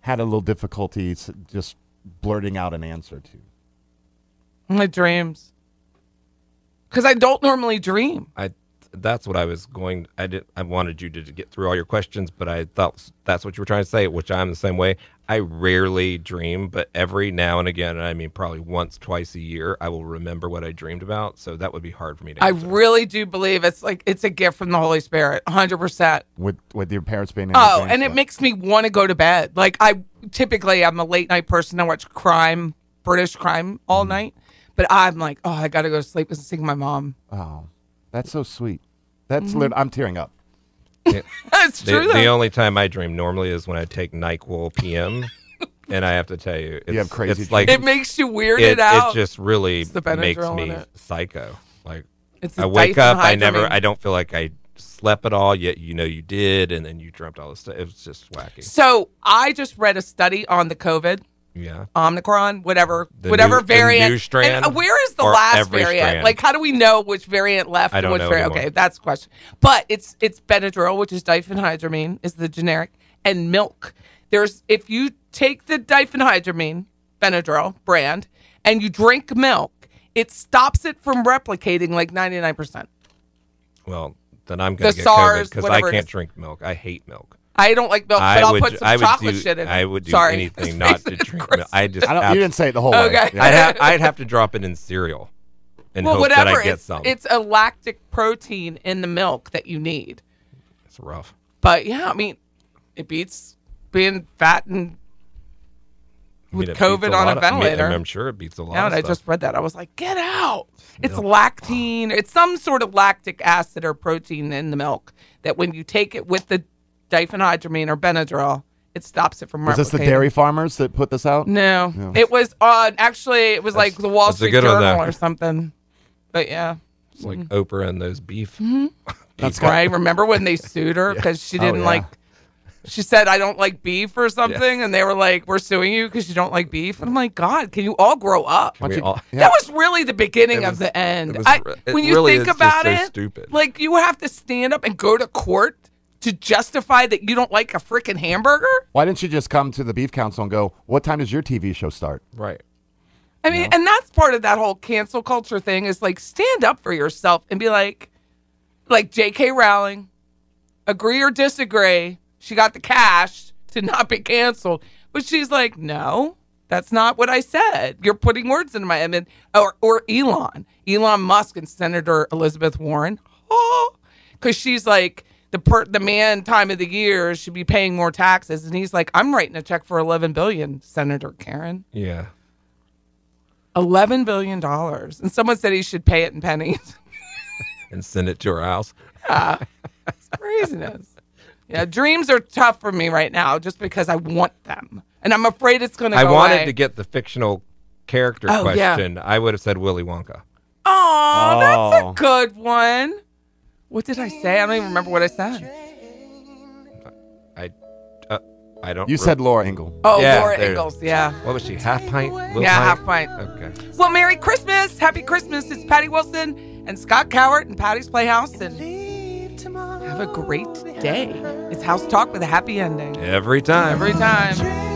Speaker 4: had a little difficulty s- just blurting out an answer to?
Speaker 2: My dreams. Because I don't normally dream.
Speaker 3: I that's what I was going I did I wanted you to get through all your questions, but I thought s- that's what you were trying to say, which I'm the same way. I rarely dream, but every now and again, and I mean probably once, twice a year, I will remember what I dreamed about. So that would be hard for me to
Speaker 2: I
Speaker 3: answer.
Speaker 2: really do believe it's like it's a gift from the Holy Spirit, hundred percent.
Speaker 4: With with your parents being in your
Speaker 2: Oh,
Speaker 4: dreams?
Speaker 2: and it makes me want to go to bed. Like I typically I'm a late night person. I watch crime, British crime
Speaker 3: Mm-hmm.
Speaker 2: all night. But I'm like, oh, I gotta go to sleep and sing my mom.
Speaker 4: oh, that's so sweet. That's
Speaker 2: Mm-hmm.
Speaker 4: lit- I'm tearing up.
Speaker 2: That's
Speaker 3: The,
Speaker 2: true. though.
Speaker 3: the only time I dream normally is when I take NyQuil PM, and I have to tell you, it's,
Speaker 4: have crazy
Speaker 3: It's like
Speaker 2: it makes you weirded
Speaker 3: it,
Speaker 2: out.
Speaker 3: it just really
Speaker 2: It's the
Speaker 3: makes
Speaker 2: Benadryl
Speaker 3: me
Speaker 2: in it.
Speaker 3: psycho. Like
Speaker 2: It's the
Speaker 3: I wake
Speaker 2: Dyson
Speaker 3: up, I never,
Speaker 2: Hydramine.
Speaker 3: I don't feel like I slept at all. Yet you know you did, and then you dreamt all this stuff. It was just wacky.
Speaker 2: So I just read a study on the COVID,
Speaker 3: Yeah,
Speaker 2: Omicron, whatever,
Speaker 3: The
Speaker 2: whatever
Speaker 3: new- the
Speaker 2: variant.
Speaker 3: new strand
Speaker 2: and uh, where is the
Speaker 3: or
Speaker 2: last
Speaker 3: every
Speaker 2: variant?
Speaker 3: strand?
Speaker 2: Like, how do we know which variant left
Speaker 3: I
Speaker 2: and
Speaker 3: don't
Speaker 2: which
Speaker 3: know
Speaker 2: variant?
Speaker 3: anymore.
Speaker 2: Okay, that's the question. But it's it's Benadryl, which is diphenhydramine, is the generic, and milk. There's if you take the diphenhydramine Benadryl brand and you drink milk, it stops it from replicating like 99. percent
Speaker 3: well then I'm gonna
Speaker 2: The
Speaker 3: get
Speaker 2: SARS,
Speaker 3: because I
Speaker 2: whatever it
Speaker 3: can't
Speaker 2: is.
Speaker 3: drink milk. I hate milk.
Speaker 2: I don't like milk, but
Speaker 3: I
Speaker 2: I'll
Speaker 3: would,
Speaker 2: put some
Speaker 3: I would
Speaker 2: chocolate
Speaker 3: do,
Speaker 2: shit in.
Speaker 3: I would do
Speaker 2: Sorry.
Speaker 3: anything not to drink milk. I just,
Speaker 4: I don't. you didn't say it the whole way.
Speaker 2: Okay.
Speaker 4: Yeah.
Speaker 3: I'd, have, I'd have to drop it in cereal, and
Speaker 2: well,
Speaker 3: hope
Speaker 2: whatever.
Speaker 3: that I get
Speaker 2: it's,
Speaker 3: some.
Speaker 2: it's a lactic protein in the milk that you need.
Speaker 3: it's rough.
Speaker 2: But yeah, I mean, it beats being fat and
Speaker 3: I mean,
Speaker 2: With
Speaker 3: it beats
Speaker 2: COVID on a
Speaker 3: lot of- I mean,
Speaker 2: ventilator.
Speaker 3: I'm, I'm sure it beats a lot.
Speaker 2: out.
Speaker 3: of
Speaker 2: I
Speaker 3: stuff.
Speaker 2: just read that. I was like, get out. It's
Speaker 3: Milk.
Speaker 2: lactine. It's some sort of lactic acid or protein in the milk that when you take it with the diphenhydramine or Benadryl, it stops it from
Speaker 4: Was this the
Speaker 2: replicating.
Speaker 4: dairy farmers that put this out?
Speaker 2: No, it was on. Actually, it was like the Wall
Speaker 3: that's a
Speaker 2: Street
Speaker 3: good one,
Speaker 2: Journal
Speaker 3: though.
Speaker 2: or something. But yeah.
Speaker 3: It's like
Speaker 2: Mm-hmm.
Speaker 3: Oprah and those beef.
Speaker 4: That's got-
Speaker 2: right? Remember when they sued her because she
Speaker 4: Oh,
Speaker 2: didn't
Speaker 4: yeah.
Speaker 2: like. She said, "I don't like beef" or something, and they were like, "We're suing you because you don't like beef." And I'm like, "God, can you all grow up?"
Speaker 3: We
Speaker 4: you-
Speaker 3: all-
Speaker 4: yeah.
Speaker 2: That was really the beginning
Speaker 3: It
Speaker 2: of
Speaker 3: was-
Speaker 2: the end.
Speaker 3: it was
Speaker 2: I,
Speaker 3: re- it
Speaker 2: when you
Speaker 3: really
Speaker 2: think
Speaker 3: is just
Speaker 2: about
Speaker 3: so
Speaker 2: it,
Speaker 3: stupid.
Speaker 2: like you have to stand up and go to court to justify that you don't like a freaking hamburger.
Speaker 4: Why didn't you just come to the beef council and go? What time does your TV show start?
Speaker 3: Right.
Speaker 2: I mean, and that's part of that whole cancel culture thing is like stand up for yourself and be like, like J.K. Rowling, agree or disagree. She got the cash to not be canceled, but she's like, no, that's not what I said. You're putting words into my head. And- Or, or Elon, Elon Musk and Senator Elizabeth Warren. oh, because she's like the per- the man time of the year should be paying more taxes, and he's like, I'm writing a check for 11 billion, Senator Karen,
Speaker 3: Yeah.
Speaker 2: 11 billion dollars, and someone said he should pay it in pennies.
Speaker 3: And send it to her house.
Speaker 2: Craziness. Yeah, dreams are tough for me right now, just because I want them, and I'm afraid it's going to.
Speaker 3: I
Speaker 2: go
Speaker 3: wanted
Speaker 2: away.
Speaker 3: to get the fictional character
Speaker 2: Oh, yeah.
Speaker 3: question. I would have said Willy Wonka.
Speaker 2: Aw, that's
Speaker 4: Oh.
Speaker 2: a good one. What did I say? I don't even remember what I said.
Speaker 3: I uh, I don't
Speaker 4: You
Speaker 3: re-
Speaker 4: said Laura Engel.
Speaker 2: Oh,
Speaker 3: Yeah,
Speaker 2: Laura
Speaker 3: there it
Speaker 2: Ingalls. Yeah.
Speaker 3: What was she? Half pint? Little
Speaker 2: Yeah, half pint.
Speaker 3: Okay.
Speaker 2: Well, Merry Christmas. Happy Christmas. It's Patty Wilson and Scott Cowart and Patty's Playhouse. And have a great day. It's House Talk with a happy ending.
Speaker 3: Every time.
Speaker 2: Every time.